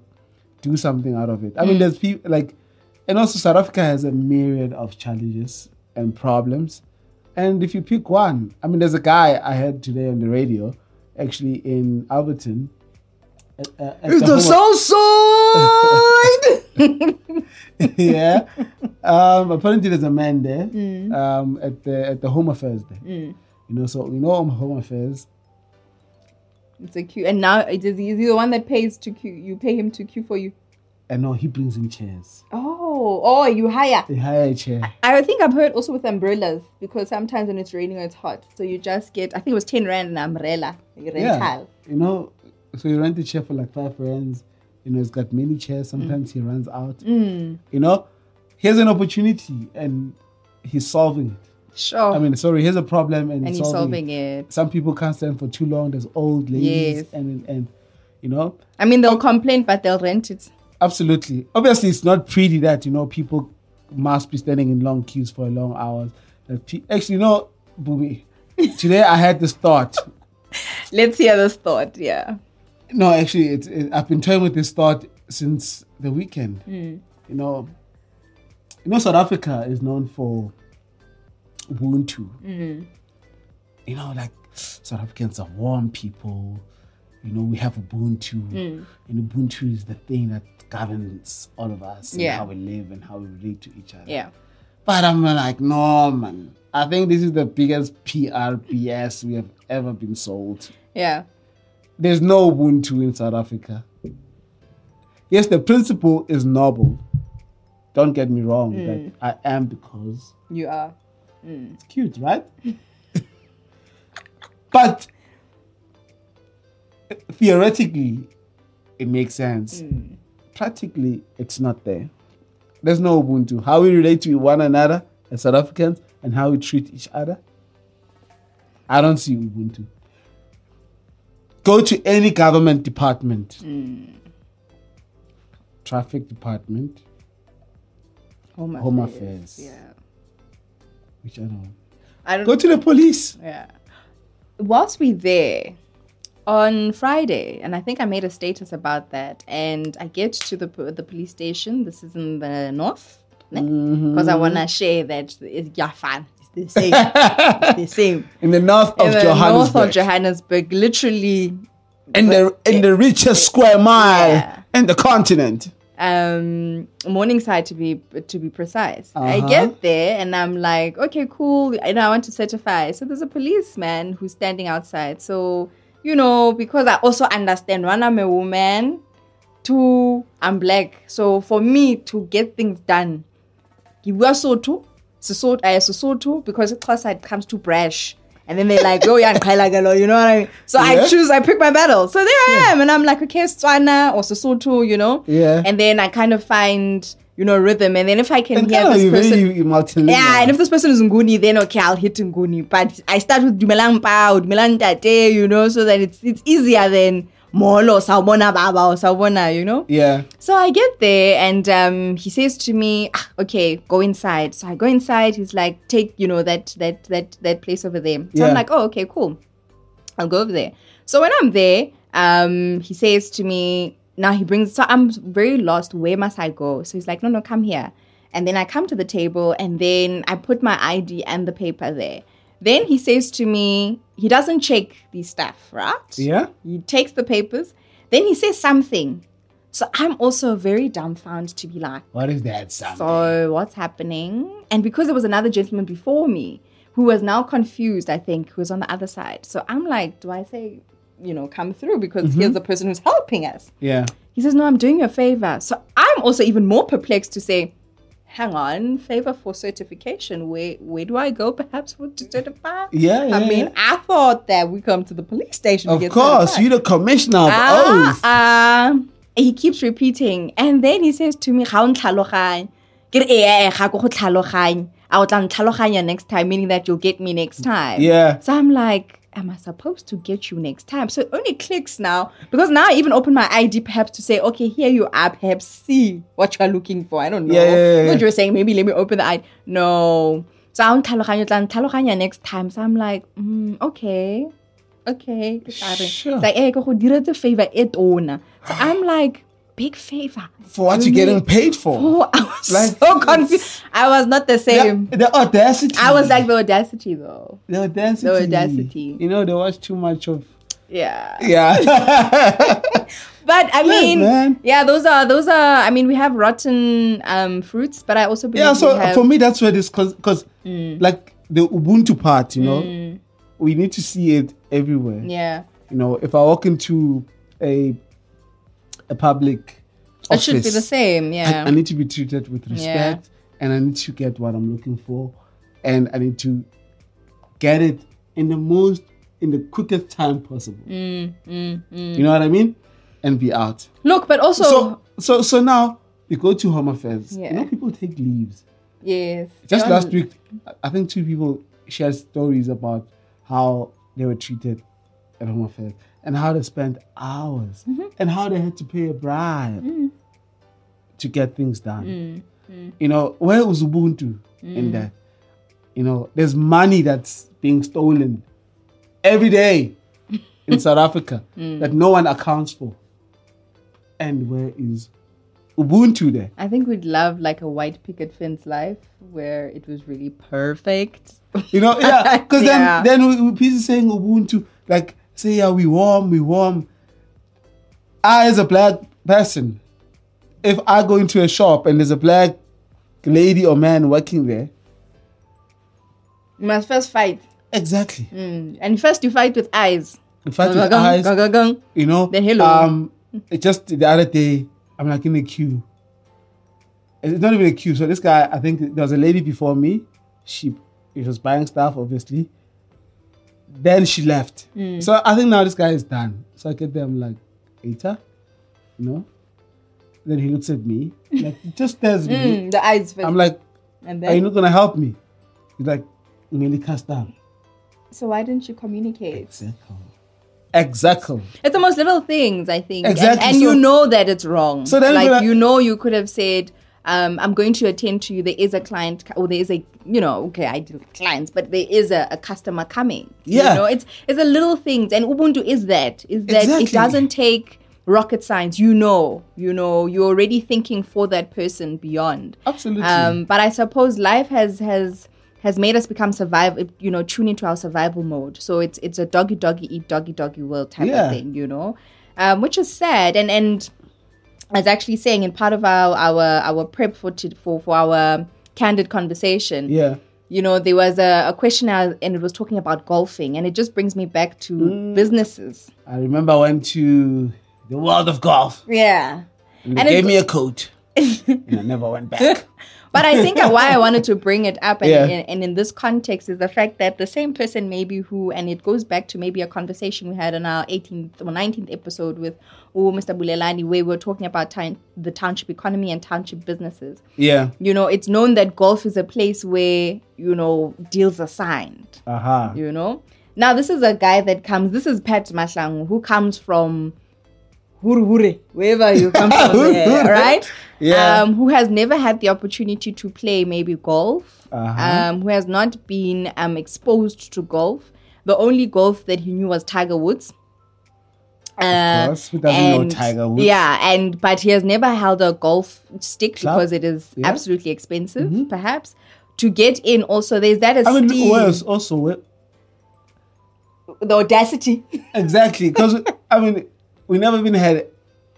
Speaker 2: do something out of it. I mean, there's people like, and also South Africa has a myriad of challenges and problems, and if you pick one, I mean, there's a guy I heard today on the radio, actually in Alberton. at- uh, at the Home-
Speaker 3: side.
Speaker 2: yeah. Um, apparently, there's a man there um, at the at the Home Affairs there. You know, so you know Home Affairs.
Speaker 3: it's a queue. And now it is he's the one that pays to queue. You pay him to queue for you.
Speaker 2: And no, he brings in chairs.
Speaker 3: Oh, oh, you hire.
Speaker 2: He hire a chair.
Speaker 3: I think I've heard also with umbrellas because sometimes when it's raining or it's hot, so you just get. I think it was ten rand an umbrella you rental.
Speaker 2: Yeah. You know, so you rent a chair for like five rands. You know, he's got many chairs. Sometimes he runs out.
Speaker 3: Mm.
Speaker 2: You know, here's an opportunity, and he's solving it.
Speaker 3: Sure.
Speaker 2: I mean, sorry, here's a problem, and,
Speaker 3: and
Speaker 2: he's
Speaker 3: you're solving it.
Speaker 2: Some people can't stand for too long. There's old ladies,
Speaker 3: Yes.
Speaker 2: and and you know,
Speaker 3: I mean,
Speaker 2: Oh.
Speaker 3: they'll complain, but they'll rent it.
Speaker 2: Absolutely. Obviously, it's not pretty that you know people must be standing in long queues for long hours. That pe- Actually, you know, Bumi, today I had this thought.
Speaker 3: Let's hear this thought. Yeah.
Speaker 2: No, actually, it's it, I've been toying with this thought since the weekend.
Speaker 3: Hmm.
Speaker 2: You know, you know, South Africa is known for Ubuntu.
Speaker 3: Hmm.
Speaker 2: You know, like South Africans are warm people. You know, we have
Speaker 3: Hmm.
Speaker 2: Ubuntu, and Ubuntu is the thing that governs all of us and
Speaker 3: Yeah.
Speaker 2: how we live and how we relate to each other.
Speaker 3: Yeah.
Speaker 2: But I'm like, no, man. I think this is the biggest PRPS we have ever been sold.
Speaker 3: Yeah.
Speaker 2: There's no Ubuntu in South Africa. Yes, the principle is noble. Don't get me wrong, that I am because
Speaker 3: You are.
Speaker 2: it's cute, right? but theoretically, it makes sense. Practically, it's not there. There's no Ubuntu. How we relate to one another as South Africans and how we treat each other, I don't see Ubuntu. Go to any government department, traffic department,
Speaker 3: Home affairs.
Speaker 2: Home affairs.
Speaker 3: Yeah.
Speaker 2: which I don't.
Speaker 3: I don't
Speaker 2: Go to the police.
Speaker 3: Yeah. Whilst we there on Friday, and I think I made a status about that, and I get to the po- the police station. This is in the north, because
Speaker 2: Mm-hmm.
Speaker 3: I wanna share that it's yeah, fine. It's the same. it's the same.
Speaker 2: In the north of
Speaker 3: in the
Speaker 2: Johannesburg.
Speaker 3: north of Johannesburg, literally.
Speaker 2: in the in the richest square mile
Speaker 3: Yeah.
Speaker 2: in the continent.
Speaker 3: Um, Morningside to be to be precise. I
Speaker 2: Uh-huh.
Speaker 3: get there and I'm like, okay, cool, and I want to certify. So there's a policeman who's standing outside. So you know, because I also understand one, I'm a woman, two, I'm black. So for me to get things done, you were Sotho, Sesotho, uh, Sesotho, because Xhosa it comes to brash. And then they're like, oh, yeah, Nkailagalo, you know what I mean? So
Speaker 2: Yeah.
Speaker 3: I choose, I pick my battle. So there I am. And I'm like, okay, Swana or Sesotho, you know?
Speaker 2: Yeah.
Speaker 3: And then I kind of find, you know, rhythm. And then if I can
Speaker 2: And
Speaker 3: hear
Speaker 2: yeah,
Speaker 3: this
Speaker 2: you
Speaker 3: person.
Speaker 2: really you multilingual.
Speaker 3: yeah, and if this person is Nguni, then okay, I'll hit Nguni. But I start with Dumelang Pa or Dumelang Tate, you know, so that it's it's easier than Molo, Saubona Baba or Saubona, you know?
Speaker 2: yeah.
Speaker 3: So I get there and um, he says to me, ah, "Okay, go inside." So I go inside. He's like, "Take you know that that that that place over there." So
Speaker 2: Yeah.
Speaker 3: I'm like, "Oh, okay, cool. I'll go over there." So when I'm there, um, he says to me, "Now he brings." So I'm very lost. Where must I go? So he's like, "No, no, come here." And then I come to the table and then I put my ID and the paper there. Then he says to me, he doesn't check the stuff, right?
Speaker 2: Yeah.
Speaker 3: He takes the papers. Then he says something. So I'm also very dumbfounded to be like,
Speaker 2: What is that sound?
Speaker 3: so what's happening? And because there was another gentleman before me who was now confused, I think, who was on the other side. So I'm like, do I say, you know, come through because
Speaker 2: Mm-hmm.
Speaker 3: here's the person who's helping us?
Speaker 2: yeah.
Speaker 3: He says, no, I'm doing you a favor. So I'm also even more perplexed to say, hang on, favor for certification. Where where do I go perhaps for to certify?
Speaker 2: Yeah, yeah,
Speaker 3: I mean,
Speaker 2: yeah.
Speaker 3: I thought that we come to the police station. to
Speaker 2: Of
Speaker 3: get
Speaker 2: course,
Speaker 3: certified.
Speaker 2: you're the commissioner of oath.
Speaker 3: Ah, ah. he keeps repeating. And then he says to me, "Ga o ntlhaloganye." Ke re, "Eh, eh, ga ke go tlhaloganye. A o tla ntlhaloganya next time, meaning that you'll get me next time.
Speaker 2: Yeah.
Speaker 3: So I'm like, am I supposed to get you next time? So it only clicks now because now I even open my ID perhaps to say, okay, here you are, perhaps see what you are looking for. I don't know.
Speaker 2: Yeah, yeah, yeah,
Speaker 3: You
Speaker 2: yeah.
Speaker 3: know, you were saying maybe let me open the ID. No. So I'm taloganya next time. So I'm like, mm, okay. Okay. ke tla reng.
Speaker 2: Sure.
Speaker 3: It's Like, eh, ke go dira the favor e tona. So I'm like, big favor.
Speaker 2: For what you're getting paid for.
Speaker 3: Oh, I was
Speaker 2: Like,
Speaker 3: so confused. I was not the same.
Speaker 2: The, the audacity.
Speaker 3: I was like the audacity though.
Speaker 2: the audacity.
Speaker 3: the audacity.
Speaker 2: You know, they watch too much of.
Speaker 3: Yeah.
Speaker 2: Yeah.
Speaker 3: But I mean,
Speaker 2: man.
Speaker 3: yeah, those are those are. I mean, we have rotten um, fruits, but I also believe
Speaker 2: yeah.
Speaker 3: we
Speaker 2: So
Speaker 3: have,
Speaker 2: for me, that's where this because
Speaker 3: Mm.
Speaker 2: like the Ubuntu part, you know, we need to see it everywhere.
Speaker 3: yeah,
Speaker 2: You know, if I walk into a a public
Speaker 3: it
Speaker 2: office,
Speaker 3: should be the same.
Speaker 2: I-
Speaker 3: Yeah,
Speaker 2: I, need to be treated with respect, and I need to get what I'm looking for, and I need to get it in the most in the quickest time possible. You know what I mean? And be out.
Speaker 3: Mm, look, but also
Speaker 2: So so so now you go to home affairs.
Speaker 3: Yeah.
Speaker 2: You know people take leaves.
Speaker 3: yes,
Speaker 2: Just
Speaker 3: John-
Speaker 2: last week, I- I think two people shared stories about how they were treated at home affairs and how they spent hours and how they had to pay a bribe to get things done. You know, where was Ubuntu in that? You know, there's money that's being stolen every day in South Africa that no one accounts for. And where is Ubuntu there.
Speaker 3: I think we'd love like a white picket fence life where it was really perfect.
Speaker 2: You know, yeah. Because
Speaker 3: Yeah.
Speaker 2: then, then we, we people saying Ubuntu, like say, yeah, we warm, we warm. I as a black person, if I go into a shop and there's a black lady or man working there,
Speaker 3: You must first fight.
Speaker 2: exactly.
Speaker 3: Mm. And first you fight with eyes.
Speaker 2: In fact,
Speaker 3: Gong,
Speaker 2: with
Speaker 3: gong,
Speaker 2: eyes,
Speaker 3: gong, gong, gong.
Speaker 2: you know,
Speaker 3: Then hello.
Speaker 2: Um, it just the other day, I'm like in a queue. It's not even a queue. So this guy, I think there was a lady before me. She, she was buying stuff, obviously. Then she left.
Speaker 3: Hmm.
Speaker 2: So I think now this guy is done. So I get there, I'm like, Eta, you know. Then he looks at me, like he just stares at me.
Speaker 3: Mm, the eyes 1st
Speaker 2: I'm like,
Speaker 3: and
Speaker 2: are you
Speaker 3: then
Speaker 2: not gonna help me? He's like, Milly cast down.
Speaker 3: so why didn't you communicate?
Speaker 2: Exactly. Exactly.
Speaker 3: It's the most little things, I think. And-
Speaker 2: Exactly,
Speaker 3: And,
Speaker 2: so-
Speaker 3: you know that it's wrong.
Speaker 2: So then
Speaker 3: like
Speaker 2: when I-
Speaker 3: you know you could have said, um, I'm going to attend to you. There is a client co- or there is a you know, okay, I deal with clients, but there is a, a customer coming.
Speaker 2: Yeah.
Speaker 3: You know, it's it's a little things and Ubuntu is that. Is that
Speaker 2: Exactly.
Speaker 3: it doesn't take rocket science. You know, you know, you're already thinking for that person beyond.
Speaker 2: Absolutely.
Speaker 3: Um, but I suppose life has has has made us become survival, you know, tune into our survival mode. So it's it's a doggy doggy eat doggy doggy world type
Speaker 2: Yeah.
Speaker 3: of thing, you know, um, which is sad. And and I was actually saying in part of our our our prep for to, for for our candid conversation,
Speaker 2: Yeah.
Speaker 3: you know, there was a, a question I- and it was talking about golfing, and it just brings me back to
Speaker 2: Mm.
Speaker 3: businesses.
Speaker 2: I remember I went to the world of golf
Speaker 3: Yeah.
Speaker 2: and they
Speaker 3: And it-
Speaker 2: gave me a coat and I never went back.
Speaker 3: But I think why I wanted to bring it up and,
Speaker 2: Yeah.
Speaker 3: and, and in this context is the fact that the same person, maybe who, and it goes back to maybe a conversation we had on our 18th or 19th episode with oh, Mr. Bulelani, where we were talking about town the township economy and township businesses.
Speaker 2: Yeah.
Speaker 3: You know, it's known that golf is a place where, you know, deals are signed
Speaker 2: Aha.
Speaker 3: you know now this is a guy that comes this is pat maslangu who comes from hurhure wherever you come from there,
Speaker 2: Hurhure.
Speaker 3: right
Speaker 2: Yeah.
Speaker 3: um who has never had the opportunity to play maybe golf
Speaker 2: Uh-huh.
Speaker 3: um who has not been um exposed to golf the only golf that he knew was tiger woods uh,
Speaker 2: course, who doesn't know Tiger Woods?
Speaker 3: Yeah, and but he has never held a golf stick because it is
Speaker 2: Yeah. Mm-hmm.
Speaker 3: absolutely expensive, perhaps. To get in, also there's that
Speaker 2: I mean,
Speaker 3: esteem,
Speaker 2: Wales also. where-
Speaker 3: the audacity.
Speaker 2: Exactly. Because, I mean, we never even had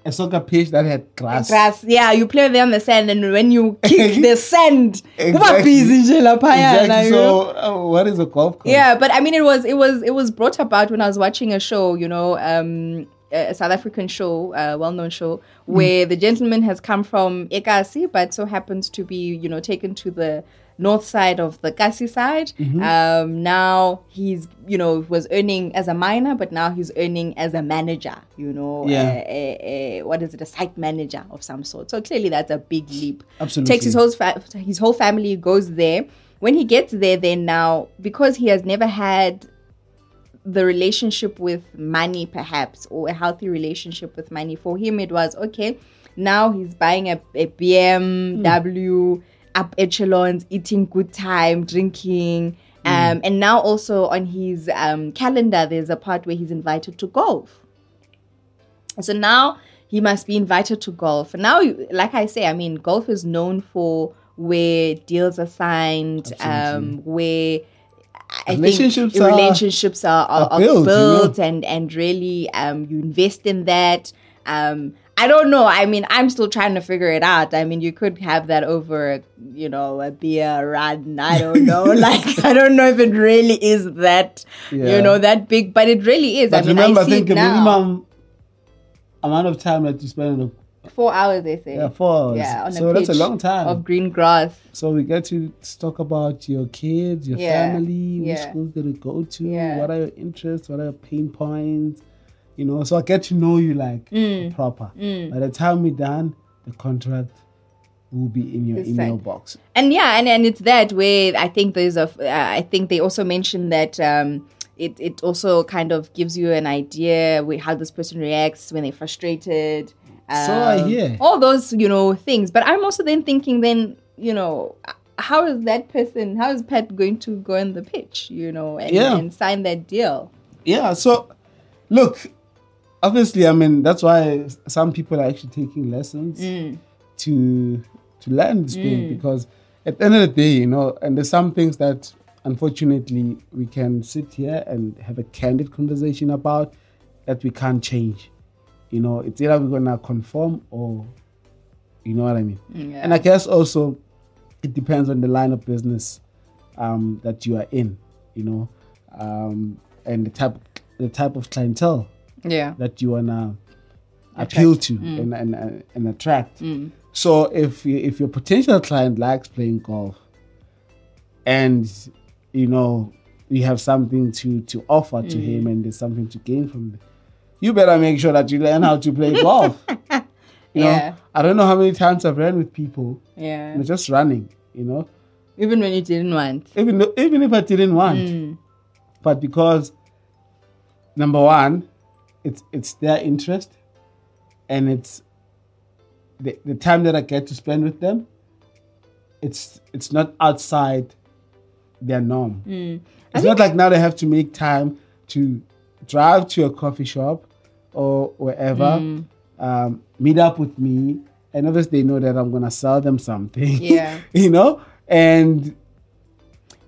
Speaker 2: a soccer pitch that had grass.
Speaker 3: grass. Yeah, you play with them on the sand, and when you kick the sand,
Speaker 2: Exactly.
Speaker 3: kuba busy nje laphayana,
Speaker 2: Exactly.
Speaker 3: you know?
Speaker 2: So, uh, what is a golf course?
Speaker 3: yeah, but I mean, it was it was it was brought about when I was watching a show, you know, um, a a South African show, a well-known show, where the gentleman has come from Ekasi, but so happens to be, you know, taken to the north side of the Kasi side. Um, now he's, you know, was earning as a miner, but now he's earning as a manager, you know,
Speaker 2: Yeah.
Speaker 3: a, a, a, what is it, a site manager of some sort. So clearly that's a big leap.
Speaker 2: Absolutely.
Speaker 3: Takes his whole fa- his whole family goes there. When he gets there, then now because he has never had the relationship with money, perhaps, or a healthy relationship with money. For him, it was okay. Now he's buying a, a BMW, up echelons, eating good time, drinking. Um, And now also on his um, calendar, there's a part where he's invited to golf. So now he must be invited to golf. Now, you- like I say, I mean, golf is known for where deals are signed, um, where I
Speaker 2: Relationships
Speaker 3: think
Speaker 2: are-
Speaker 3: relationships are, are,
Speaker 2: are
Speaker 3: are
Speaker 2: built, you
Speaker 3: built,
Speaker 2: know.
Speaker 3: and and really um, you invest in that. Um, I don't know. I mean, I'm still trying to figure it out. I mean, you could have that over, you know, a beer run. I don't know. like, I don't know if it really is that,
Speaker 2: Yeah.
Speaker 3: you know, that big, but it really is.
Speaker 2: But
Speaker 3: I mean,
Speaker 2: remember,
Speaker 3: I
Speaker 2: I
Speaker 3: see
Speaker 2: think
Speaker 3: it
Speaker 2: the
Speaker 3: now.
Speaker 2: minimum amount of time that you spend on
Speaker 3: Four hours, they say.
Speaker 2: the yeah, four hours.
Speaker 3: Yeah, on
Speaker 2: so
Speaker 3: a
Speaker 2: that's a
Speaker 3: pitch
Speaker 2: long time.
Speaker 3: of green grass.
Speaker 2: So we get to talk about your kids, your
Speaker 3: Yeah,
Speaker 2: family, which
Speaker 3: yeah.
Speaker 2: schools did you go to,
Speaker 3: Yeah.
Speaker 2: what are your interests, what are your pain points, you know. So I get to know you like
Speaker 3: Mm.
Speaker 2: proper. By the time we're done, the contract will be in your
Speaker 3: This
Speaker 2: email
Speaker 3: side.
Speaker 2: box.
Speaker 3: and yeah and, and it's that way i think there's a f- uh, i think they also mentioned that um it, it also kind of gives you an idea with how this person reacts when they're frustrated Um,
Speaker 2: So I hear.
Speaker 3: all those you know things but i'm also then thinking then you know uh, how is that person how is pat going to go on the pitch you know and,
Speaker 2: Yeah.
Speaker 3: and sign that deal
Speaker 2: Yeah, so look, obviously, I mean, that's why some people are actually taking lessons to to learn this thing because at the end of the day, you know, and there's some things that unfortunately we can sit here and have a candid conversation about that we can't change. You know, it's either we're gonna conform or you know what I mean. And I guess also it depends on the line of business um, that you are in, you know, um, and the type the type of clientele
Speaker 3: Yeah.
Speaker 2: that you wanna appeal to and, and and- and attract. So if you- if your potential client likes playing golf, and you know you have something to to offer to him, and there's something to gain from it, you better make sure that you learn how to play golf. You
Speaker 3: Yeah.
Speaker 2: know, I don't know how many times I've ran with people
Speaker 3: Yeah.
Speaker 2: and just running. You know,
Speaker 3: Even when you didn't want.
Speaker 2: even though, even if I didn't want, but because number one, it's it's their interest, and it's the, the time that I get to spend with them. It's it's not outside their norm. It's not like now they have to make time to drive to a coffee shop or wherever, um, meet up with me, and obviously they know that I'm gonna sell them something.
Speaker 3: Yeah.
Speaker 2: you know, and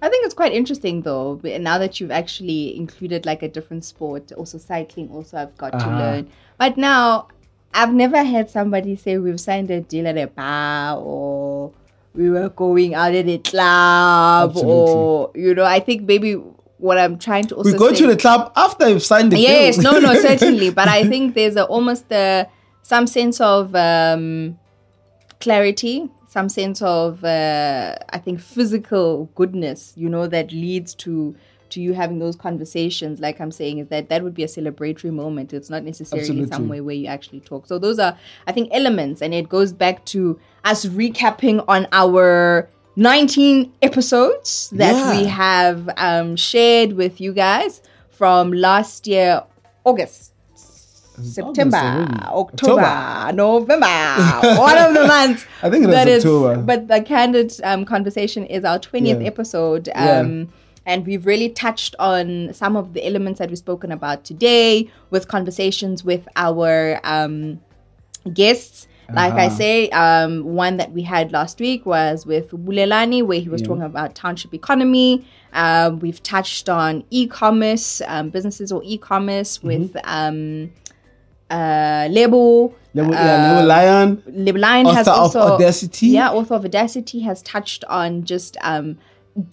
Speaker 3: I think it's quite interesting though. b- Now that you've actually included like a different sport, also cycling, also I've got to
Speaker 2: Ah.
Speaker 3: learn. But now, I've never had somebody say we've signed a deal at a bar or we were going out at a club or you know. I think maybe what I'm trying to also
Speaker 2: we go
Speaker 3: say,
Speaker 2: to the club after you've signed the
Speaker 3: yes,
Speaker 2: deal.
Speaker 3: no, no, certainly. But I think there's a, almost a, some sense of um, clarity, some sense of uh, I think physical goodness, you know, that leads to to you having those conversations. Like I'm saying, is that that would be a celebratory moment. It's not necessarily
Speaker 2: Absolutely.
Speaker 3: somewhere where you actually talk. So those are I think elements, and it goes back to us recapping on our. 19 episodes that
Speaker 2: Yeah.
Speaker 3: we have um, shared with you guys from last year, August, September,
Speaker 2: already.
Speaker 3: October, November, one of the months.
Speaker 2: I think it was
Speaker 3: that is-
Speaker 2: October.
Speaker 3: But the candid um, conversation is our 20th
Speaker 2: Yeah.
Speaker 3: episode.
Speaker 2: Yeah.
Speaker 3: Um, And we've really touched on some of the elements that we've spoken about today with conversations with our um, guests. Like I
Speaker 2: Uh-huh.
Speaker 3: say, um, one that we had last week was with Bulelani, where he was
Speaker 2: Yeah.
Speaker 3: talking about township economy. Um, we've touched on e-commerce, um, businesses or e-commerce
Speaker 2: Mm-hmm.
Speaker 3: with um, uh, Lebo.
Speaker 2: Lebo- yeah,
Speaker 3: Uh,
Speaker 2: Lebo Lion.
Speaker 3: Liblion has
Speaker 2: Author of
Speaker 3: also
Speaker 2: Audacity.
Speaker 3: Yeah, author of Audacity has touched on just um,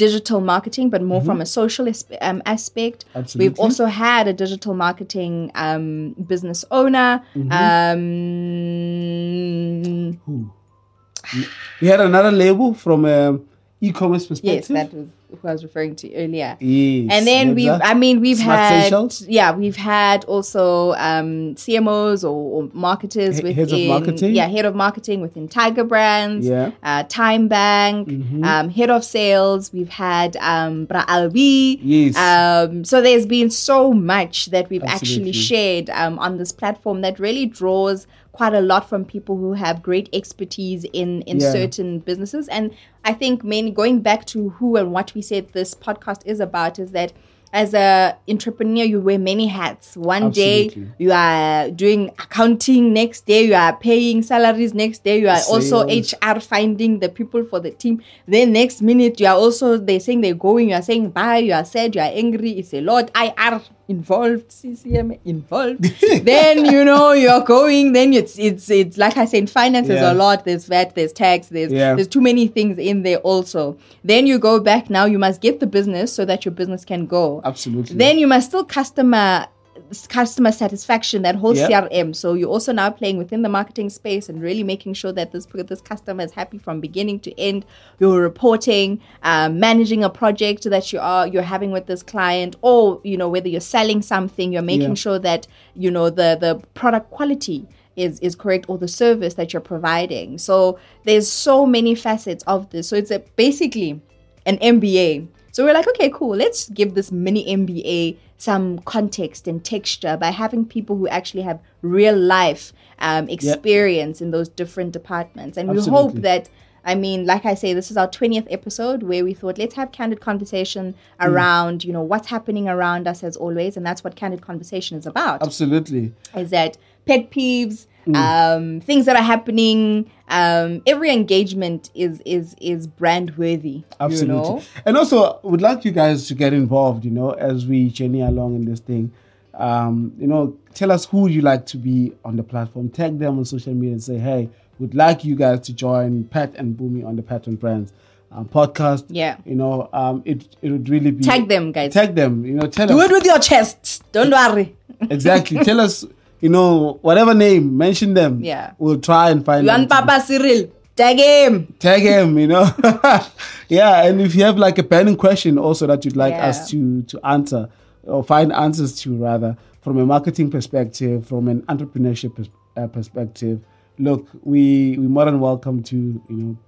Speaker 3: digital marketing, but more from a social as- um, aspect. We've
Speaker 2: Mm-hmm. Absolutely.
Speaker 3: also had a digital marketing um, business owner.
Speaker 2: Mm-hmm.
Speaker 3: Um,
Speaker 2: We had another label from um, e-commerce
Speaker 3: yes,
Speaker 2: perspective.
Speaker 3: that was who I was referring to earlier.
Speaker 2: Yes,
Speaker 3: and then we've
Speaker 2: Nebza.
Speaker 3: i mean we've
Speaker 2: Smart
Speaker 3: had
Speaker 2: Essentials.
Speaker 3: yeah we've had also um cmos or, or marketers
Speaker 2: He-
Speaker 3: within
Speaker 2: heads of marketing.
Speaker 3: yeah head of marketing within tiger brands
Speaker 2: Yeah. Mm-hmm.
Speaker 3: uh, time bank um, head of sales we've had um bra albi
Speaker 2: Yes.
Speaker 3: um so there's been so much that we've actually
Speaker 2: Absolutely.
Speaker 3: shared um, on this platform that really draws quite a lot from people who have great expertise in in
Speaker 2: Yeah.
Speaker 3: certain certain businesses. And I think mainly going back to who and what we said this podcast is about is that as a entrepreneur you wear many hats. One day
Speaker 2: Absolutely.
Speaker 3: you are doing accounting, next day you are paying salaries, next day you are also
Speaker 2: Sales.
Speaker 3: HR finding the people for the team. Then next minute you are also they saying they're going, you are saying bye, you are sad, you are angry, it's a lot. IR involved, CCM involved. then you know you're going, then it's it's it's like I said, in finance there's a
Speaker 2: Yeah.
Speaker 3: lot, there's VAT, there's tax, there's
Speaker 2: Yeah.
Speaker 3: there's too many things in there also. Then you go back now, you must get the business so that your business can go.
Speaker 2: Absolutely.
Speaker 3: Then you must still customer s- customer satisfaction that whole
Speaker 2: Yeah.
Speaker 3: CRM. So you're also now playing within the marketing space and really making sure that this this customer is happy from beginning to end. You're reporting, um, managing a project that you are you're having with this client, or you know whether you're selling something, you're making
Speaker 2: Yeah.
Speaker 3: sure that you know the the product quality. Is, is correct or the service that you're providing so there's so many facets of this so it's a, basically an MBA. So we're like, okay, cool. Let's give this mini MBA some context and texture by having people who actually have real life um, experience in those different departments. And we hope
Speaker 2: Absolutely.
Speaker 3: that, I mean, like I say, this is our 20th episode where we thought, let's have candid conversation around, you know, what's happening around us as always. And that's what candid conversation is about
Speaker 2: Absolutely.
Speaker 3: is that pet peeves, um, things that are happening. Um, every engagement is is is brand worthy.
Speaker 2: Absolutely.
Speaker 3: You know?
Speaker 2: And also, would like you guys to get involved, you know, as we journey along in this thing. Um, you know, tell us who you like to be on the platform. Tag them on social media and say, hey, would like you guys to join Pat and Boomy on the Pat and Brands um, podcast.
Speaker 3: Yeah.
Speaker 2: You know, um, it, it would really be.
Speaker 3: Tag them, guys.
Speaker 2: Tag them. You know, tell
Speaker 3: Do
Speaker 2: us.
Speaker 3: it with your chest. Don't worry.
Speaker 2: Exactly. tell us, you know, whatever name, mention them.
Speaker 3: Yeah.
Speaker 2: We'll try and find
Speaker 3: You
Speaker 2: them
Speaker 3: and
Speaker 2: to be
Speaker 3: Papa Cyril. Tag him.
Speaker 2: tag him you know yeah and if you have like a burning question also that you'd like
Speaker 3: Yeah.
Speaker 2: us to to answer or find answers to rather from a marketing perspective from an entrepreneurship pers- uh, perspective look we we more than welcome to you know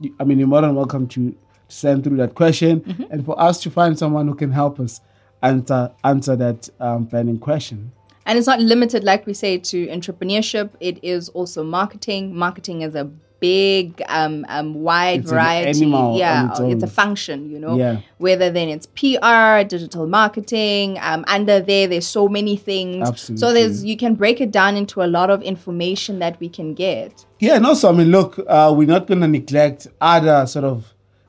Speaker 2: you- i mean you're more than welcome to send through that question and for us to find someone who can help us answer answer that um, burning question
Speaker 3: And it's not limited, like we say, to entrepreneurship. It is also marketing. Marketing is a big, um, um, wide
Speaker 2: It's an
Speaker 3: variety.
Speaker 2: animal on
Speaker 3: yeah,
Speaker 2: its
Speaker 3: it's a
Speaker 2: own.
Speaker 3: function, you know.
Speaker 2: Yeah.
Speaker 3: Whether then it's PR, digital marketing, um, under there, there's so many things. So there's
Speaker 2: Absolutely.
Speaker 3: you can break it down into a lot of information that we can get.
Speaker 2: Yeah, and also, I mean, look, uh, we're not going to neglect other sort of,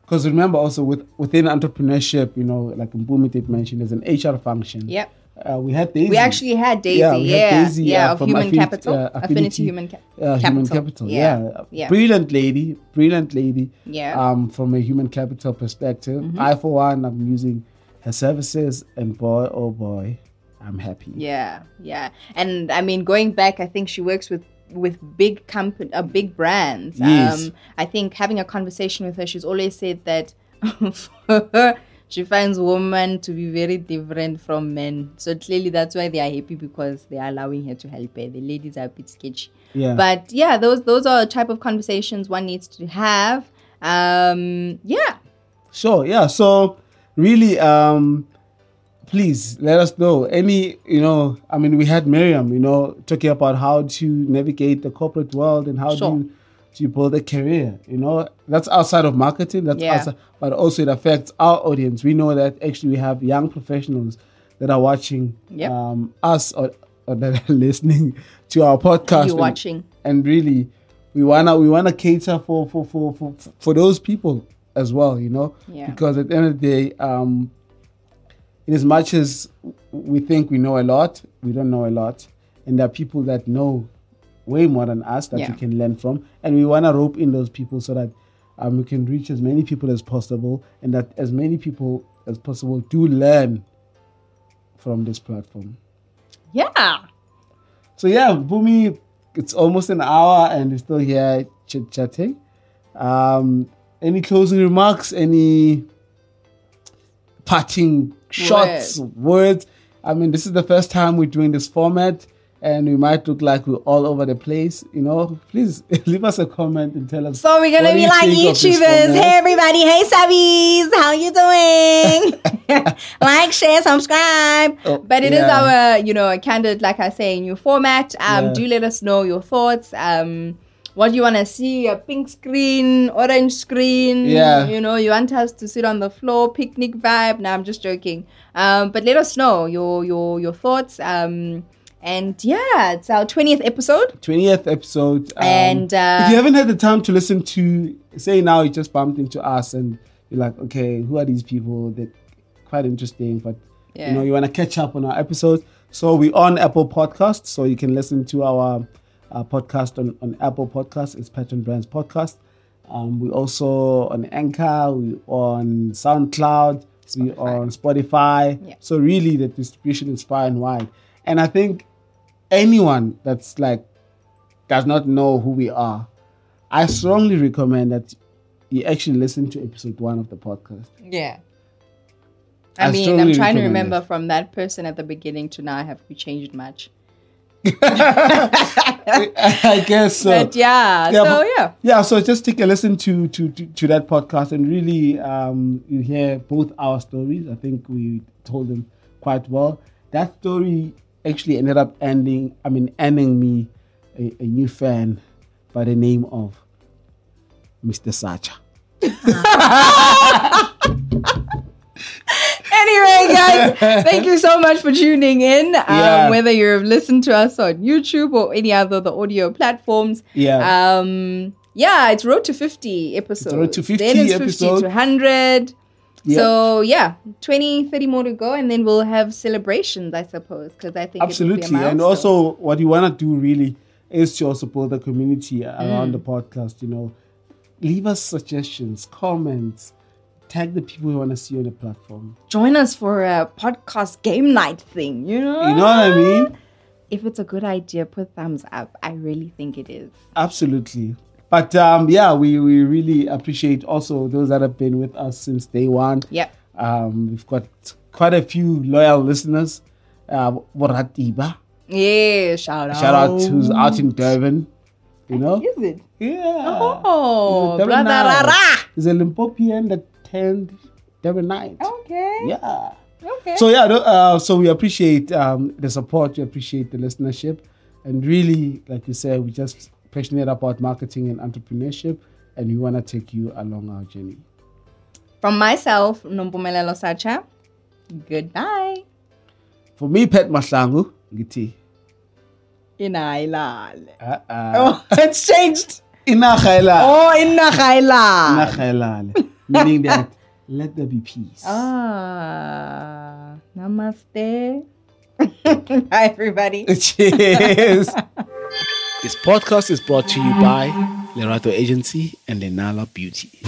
Speaker 2: because remember also with, within entrepreneurship, you know, like Mbumi did mention, there's an HR function.
Speaker 3: Yep.
Speaker 2: Uh, we had Daisy.
Speaker 3: We actually had Daisy,
Speaker 2: Yeah,
Speaker 3: yeah,
Speaker 2: we
Speaker 3: yeah,
Speaker 2: had Daisy, uh,
Speaker 3: of
Speaker 2: from
Speaker 3: Human
Speaker 2: Affinity-
Speaker 3: Capital,
Speaker 2: uh,
Speaker 3: Affinity,
Speaker 2: Affinity,
Speaker 3: Human Cap-
Speaker 2: uh,
Speaker 3: Capital.
Speaker 2: Human capital. Yeah.
Speaker 3: yeah, yeah.
Speaker 2: Brilliant lady. Brilliant lady.
Speaker 3: Yeah. Mm-hmm.
Speaker 2: Um, from a human capital perspective. I, for one, I'm using her services, and boy, oh boy, I'm happy.
Speaker 3: Yeah, yeah, and I mean, going back, I think she works with with big company, uh, big brands. Um,
Speaker 2: Yes.
Speaker 3: I think having a conversation with her, she's always said that for her, she finds women to be very different from men. So clearly, that's why they are happy because they are allowing her to help her. The ladies are a bit sketchy.
Speaker 2: Yeah.
Speaker 3: But yeah, those those are the type of conversations one needs to have. Um, yeah.
Speaker 2: Sure, yeah. So really, um please let us know. Any you know, I mean we had Miriam, you know, talking about how to navigate the corporate world and how
Speaker 3: Sure.
Speaker 2: do you do you build a career, you know? That's outside of marketing, that's
Speaker 3: Yeah.
Speaker 2: outside but also it affects our audience. We know that actually we have young professionals that are watching
Speaker 3: Yep.
Speaker 2: um us or, or that are listening to our podcast.
Speaker 3: You're
Speaker 2: and-
Speaker 3: watching.
Speaker 2: and really we wanna we wanna cater for for for for, for those people as well you know
Speaker 3: Yeah.
Speaker 2: because at the end of the day um in as much as we think we know a lot we don't know a lot and there are people that know way more than us that
Speaker 3: Yeah.
Speaker 2: we can learn from and we want to rope in those people so that um, we can reach as many people as possible and that as many people as possible do learn from this platform
Speaker 3: Yeah.
Speaker 2: so yeah, Bumi, it's almost an hour and we're still here chit chatting. Um, any closing remarks? Any parting shots, words? I mean, this is the first time we're doing this format, and we might look like we're all over the place. You know, please leave us a comment and tell us.
Speaker 3: So we're
Speaker 2: what
Speaker 3: gonna
Speaker 2: do
Speaker 3: be
Speaker 2: you
Speaker 3: like
Speaker 2: think of this
Speaker 3: YouTubers.
Speaker 2: format?
Speaker 3: Hey everybody, hey subbies, how you doing? like, share, subscribe.
Speaker 2: Oh,
Speaker 3: but it is
Speaker 2: yeah.
Speaker 3: our, you know, candid, like I say, new format. Um,
Speaker 2: Yeah.
Speaker 3: do let us know your thoughts. Um, what do you wanna see? A pink screen, orange screen.
Speaker 2: Yeah.
Speaker 3: You know, you want us to sit on the floor, picnic vibe. No, I'm just joking. Um, but let us know your your your thoughts. Um and yeah, it's our 20th episode.
Speaker 2: 20th episode. um,
Speaker 3: And, uh,
Speaker 2: if you haven't had the time to listen to, say now you just bumped into us and you're like, okay, who are these people? They're quite interesting, but
Speaker 3: Yeah.
Speaker 2: you know, you want to catch up on our episodes. So we're on Apple Podcasts, so you can listen to our, uh podcast on, on Apple Podcasts. It's Patron Brands Podcast. Um, we also on Anchor, we on SoundCloud, we on Spotify.
Speaker 3: Yeah.
Speaker 2: So really, the distribution is far and wide. And I think anyone that's like does not know who we are, I strongly recommend that you actually listen to episode one of the podcast.
Speaker 3: Yeah. I,
Speaker 2: I
Speaker 3: mean,
Speaker 2: strongly
Speaker 3: I'm trying to
Speaker 2: recommend
Speaker 3: remember from that person at the beginning to now, have we changed much?
Speaker 2: I guess so.
Speaker 3: but yeah, so
Speaker 2: yeah, but-
Speaker 3: yeah.
Speaker 2: yeah so just take a listen to to to, to that podcast and really um you hear both our stories i think we told them quite well that story actually ended up ending i mean ending me a, a new fan by the name of mr sacha
Speaker 3: Anyway, guys, thank you so much for tuning in. Um,
Speaker 2: Yeah.
Speaker 3: Whether you've listened to us on YouTube or any other of the audio platforms.
Speaker 2: Yeah.
Speaker 3: Um, yeah, it's Road to 50 episodes.
Speaker 2: Road to 50
Speaker 3: Then it's 50
Speaker 2: episode.
Speaker 3: to 100.
Speaker 2: Yeah.
Speaker 3: So, yeah, 20, 30 more to go. And then we'll have celebrations, I suppose, because I think it would be a
Speaker 2: absolutely and
Speaker 3: milestone.
Speaker 2: also what you want to do really is to support the community around the podcast you know leave us suggestions comments tag the people you want to see on the platform
Speaker 3: join us for a podcast game night thing, you know?
Speaker 2: you know what i mean
Speaker 3: If it's a good idea, put thumbs up. I really think it is.
Speaker 2: absolutely but um, yeah we, we really appreciate also those that have been with us since day one
Speaker 3: Yep.
Speaker 2: um, we've got quite a few loyal listeners uh, Borat Iba,
Speaker 3: Yeah, shout out.
Speaker 2: shout out Uh, who's out in durban you Uh-huh. know
Speaker 3: Is it?
Speaker 2: yeah
Speaker 3: Oh,
Speaker 2: He's a
Speaker 3: brother
Speaker 2: Durbanite.
Speaker 3: Rara.
Speaker 2: He's a Limpopian that turned Devon Knight.
Speaker 3: Okay.
Speaker 2: Yeah.
Speaker 3: Okay.
Speaker 2: So yeah, tho- uh, so we appreciate um, the support. We appreciate the listenership, and really, like you said, we just passionate about marketing and entrepreneurship, and we want to take you along our journey.
Speaker 3: From myself, Nompumelelo Sacha, good night.
Speaker 2: For me, Pet Maslangu, Giti.
Speaker 3: Inailal.
Speaker 2: Uh, uh,
Speaker 3: Oh, it's changed.
Speaker 2: Inachaela.
Speaker 3: Oh, inailal.
Speaker 2: Inachaela. Meaning that let there be peace.
Speaker 3: Oh. Ah, namaste. Hi, everybody.
Speaker 2: Cheers. this podcast is brought to you by Lerato Agency and Lenala Beauty.